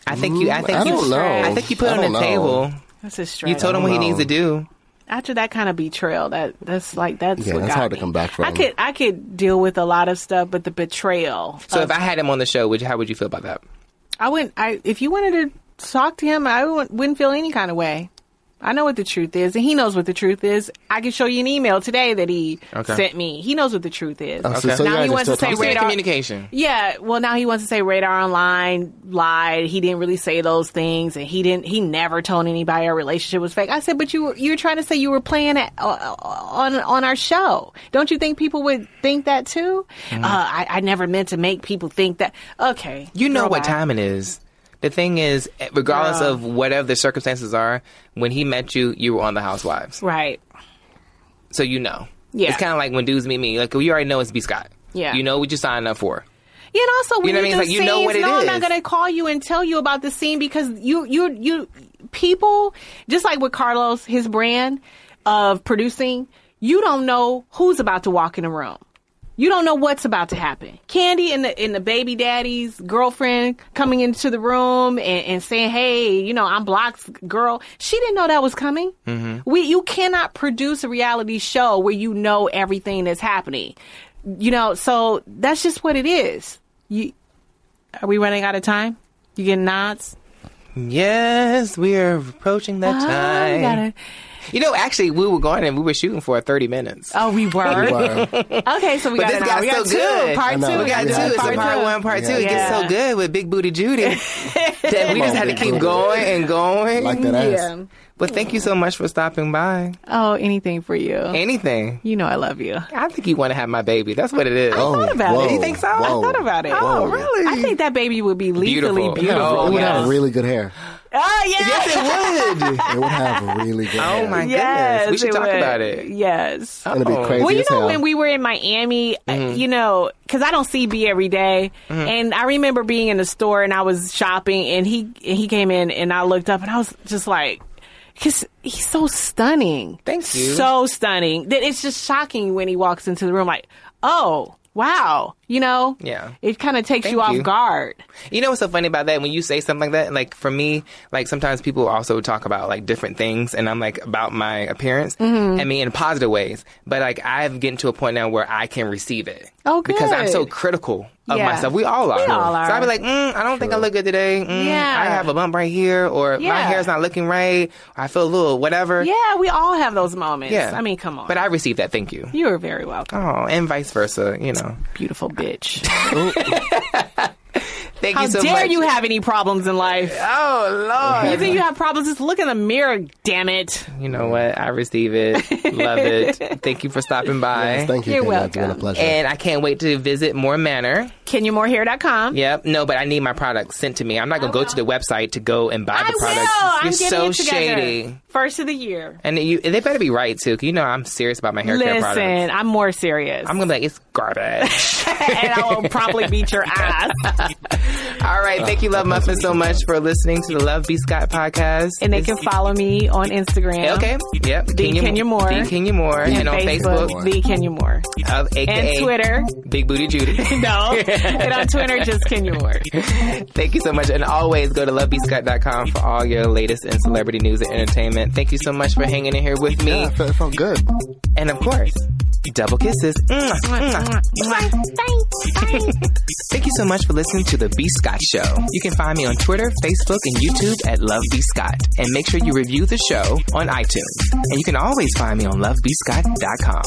Speaker 2: I think you. I think
Speaker 4: Mm, I
Speaker 2: you.
Speaker 4: don't know.
Speaker 2: I think you put
Speaker 4: I
Speaker 2: on the
Speaker 4: don't know.
Speaker 2: table.
Speaker 3: That's a
Speaker 2: You
Speaker 3: stretch.
Speaker 2: told him what he
Speaker 4: know.
Speaker 2: needs to do.
Speaker 3: after that kind of betrayal that that's like that's
Speaker 4: Yeah,
Speaker 3: what
Speaker 4: that's
Speaker 3: got
Speaker 4: hard to
Speaker 3: me.
Speaker 4: come back
Speaker 3: I
Speaker 4: from.
Speaker 3: could I could deal with a lot of stuff, but the betrayal.
Speaker 2: So
Speaker 3: of- Uh,
Speaker 2: if I had him on the show, would you, how would you feel about that?
Speaker 3: I wouldn't. I if you wanted to talk to him, I wouldn't, wouldn't feel any kind of way. I know what the truth is, and he knows what the truth is. I can show you an email today that he
Speaker 2: Okay.
Speaker 3: sent me. He knows what the truth is.
Speaker 4: Oh, so,
Speaker 2: Okay.
Speaker 4: so
Speaker 3: Now
Speaker 4: you
Speaker 3: he
Speaker 4: guys are
Speaker 3: wants
Speaker 4: still
Speaker 3: to say
Speaker 4: talking.
Speaker 3: radar.
Speaker 2: communication.
Speaker 3: Yeah, well, now he wants to say Radar Online lied. He didn't really say those things, and he didn't. He never told anybody our relationship was fake. I said, but you were you were trying to say you were playing at, uh, on on our show. Don't you think people would think that too? Uh, I, I never meant to make people think that. Okay,
Speaker 2: You know
Speaker 3: girl,
Speaker 2: what
Speaker 3: bye.
Speaker 2: time it is. The thing is, regardless
Speaker 3: Yeah.
Speaker 2: of whatever the circumstances are, when he met you, you were on The Housewives,
Speaker 3: right?
Speaker 2: so you know.
Speaker 3: Yeah.
Speaker 2: It's kind of like when dudes meet me. Like we already know it's B Scott.
Speaker 3: Yeah.
Speaker 2: You know what you signed up for.
Speaker 3: Yeah, and also when
Speaker 2: know what I
Speaker 3: you,
Speaker 2: mean?
Speaker 3: do
Speaker 2: It's like, you know
Speaker 3: scenes,
Speaker 2: what it
Speaker 3: no, I'm
Speaker 2: is.
Speaker 3: not gonna call you and tell you about the scene because you you you people just like with Carlos, his brand of producing, you don't know who's about to walk in the room. You don't know what's about to happen. Candy and the and the baby daddy's girlfriend coming into the room and, and saying, "Hey, you know, I'm Block's girl." She didn't know that was coming.
Speaker 2: Mm-hmm.
Speaker 3: We you cannot produce a reality show where you know everything that's happening. You know, so that's just what it is. You are we running out of time? You getting nods?
Speaker 2: Yes, we are approaching that
Speaker 3: Oh, we
Speaker 2: time.
Speaker 3: gotta-
Speaker 2: You know, actually, we were going and we were shooting for 30 minutes.
Speaker 3: oh, we were.
Speaker 4: Wow.
Speaker 3: okay, so we
Speaker 2: But
Speaker 3: got
Speaker 2: this
Speaker 3: an
Speaker 2: got
Speaker 3: hour. We
Speaker 2: so
Speaker 3: got two.
Speaker 2: good.
Speaker 3: Part
Speaker 4: I
Speaker 3: two.
Speaker 4: know.
Speaker 2: We got
Speaker 4: We
Speaker 2: two.
Speaker 4: got
Speaker 2: It's a
Speaker 4: two.
Speaker 2: part one, part two. It gets
Speaker 3: Yeah.
Speaker 2: so good with Big Booty Judy that we just had to keep going and going.
Speaker 4: like that ass.
Speaker 3: Yeah.
Speaker 2: But thank you so much for stopping by.
Speaker 3: Oh, anything for you.
Speaker 2: Anything.
Speaker 3: you know I love you.
Speaker 2: I think you want to have my baby. That's what it is.
Speaker 4: Oh,
Speaker 3: thought about
Speaker 4: whoa,
Speaker 3: it. You think so? I
Speaker 4: whoa,
Speaker 3: thought about it.
Speaker 4: whoa.
Speaker 3: I think that baby would be
Speaker 2: Beautiful.
Speaker 3: lethally beautiful.
Speaker 2: Oh,
Speaker 4: it would
Speaker 2: yes.
Speaker 4: have really good hair.
Speaker 3: Oh, yes.
Speaker 2: Yes, it would.
Speaker 4: It would have really good hair.
Speaker 2: Oh my
Speaker 3: Yes,
Speaker 2: goodness. We should
Speaker 3: it
Speaker 2: talk
Speaker 3: would.
Speaker 2: about it.
Speaker 3: Yes.
Speaker 4: It'd be
Speaker 2: Oh.
Speaker 4: crazy
Speaker 3: Well, you
Speaker 4: as
Speaker 3: know,
Speaker 4: hell.
Speaker 3: when we were in Miami, uh,
Speaker 2: Mm-hmm.
Speaker 3: you know, because I don't see B every day. and I remember being in the store and I was shopping, and he and he came in, and I looked up, and I was just like, because he's so stunning.
Speaker 2: Thank you.
Speaker 3: So stunning that it's just shocking when he walks into the room, like, oh. Wow, you know,
Speaker 2: Yeah.
Speaker 3: it kind of takes you
Speaker 2: Thank
Speaker 3: off
Speaker 2: you.
Speaker 3: guard.
Speaker 2: You know what's so funny about that? When you say something like that, like for me, like sometimes people also talk about like different things, and I'm like about my appearance.
Speaker 3: Mm-hmm.
Speaker 2: I mean, in positive ways, but like I've gotten to a point now where I can receive it.
Speaker 3: Oh,
Speaker 2: Because I'm so
Speaker 3: good.
Speaker 2: critical of
Speaker 3: Yeah.
Speaker 2: myself. We all are.
Speaker 3: We all are.
Speaker 2: So I'll be like, mm, I don't think I look good today. Mm,
Speaker 3: Yeah.
Speaker 2: I have a bump right here, or my
Speaker 3: Yeah.
Speaker 2: hair's not looking right. Or I feel a little whatever.
Speaker 3: Yeah, we all have those moments.
Speaker 2: Yeah.
Speaker 3: I mean, come on.
Speaker 2: But I receive that. Thank you.
Speaker 3: you are very welcome,
Speaker 2: Oh, and vice versa. You know.
Speaker 3: beautiful bitch.
Speaker 2: Thank
Speaker 3: How
Speaker 2: you so
Speaker 3: dare
Speaker 2: much.
Speaker 3: you have any problems in life?
Speaker 2: oh
Speaker 3: You
Speaker 2: Lord.
Speaker 3: think you have problems? Just look in the mirror, damn it.
Speaker 2: You know what? I receive it. Love it. Thank you for stopping by.
Speaker 4: Yes, thank you.
Speaker 3: You're
Speaker 4: Kayla. It's been a
Speaker 3: welcome.
Speaker 4: pleasure.
Speaker 2: and I can't wait to visit More Manor.
Speaker 3: KenyaMoreHair.com.
Speaker 2: Yep. No, but I need my products sent to me. I'm not gonna go to the website to go and buy
Speaker 3: Oh, I
Speaker 2: the
Speaker 3: will.
Speaker 2: products.
Speaker 3: I'm
Speaker 2: You're
Speaker 3: getting
Speaker 2: so
Speaker 3: it together.
Speaker 2: shady.
Speaker 3: First of the year.
Speaker 2: And you, they better be right too. 'cause you know I'm serious about my hair care
Speaker 3: Listen,
Speaker 2: products.
Speaker 3: I'm more serious.
Speaker 2: I'm gonna be like it's garbage.
Speaker 3: and I will probably beat your ass.
Speaker 2: All right. Thank you, Love Muffin, so much for listening to the Love B Scott podcast.
Speaker 3: and they can follow me on Instagram.
Speaker 2: Okay. Yep.
Speaker 3: Kenya Moore.
Speaker 2: The Kenya Moore. And,
Speaker 3: And
Speaker 2: on Facebook.
Speaker 3: Facebook, the Kenya Moore.
Speaker 2: Of AKA
Speaker 3: And Twitter.
Speaker 2: Big Booty Judy.
Speaker 3: No. and on Twitter, just Kenya Moore.
Speaker 2: Thank you so much. And always go to lovebscott.com for all your latest in celebrity news and entertainment. Thank you so much for hanging in here with me.
Speaker 4: yeah, it felt, it felt good.
Speaker 2: And of course, double kisses. Mm, Mwah, mwah, mwah. Thank you so much for listening to The B. Scott Show. You can find me on Twitter, Facebook, and YouTube at Love B. Scott. And make sure you review the show on iTunes. And you can always find me on lovebscott.com.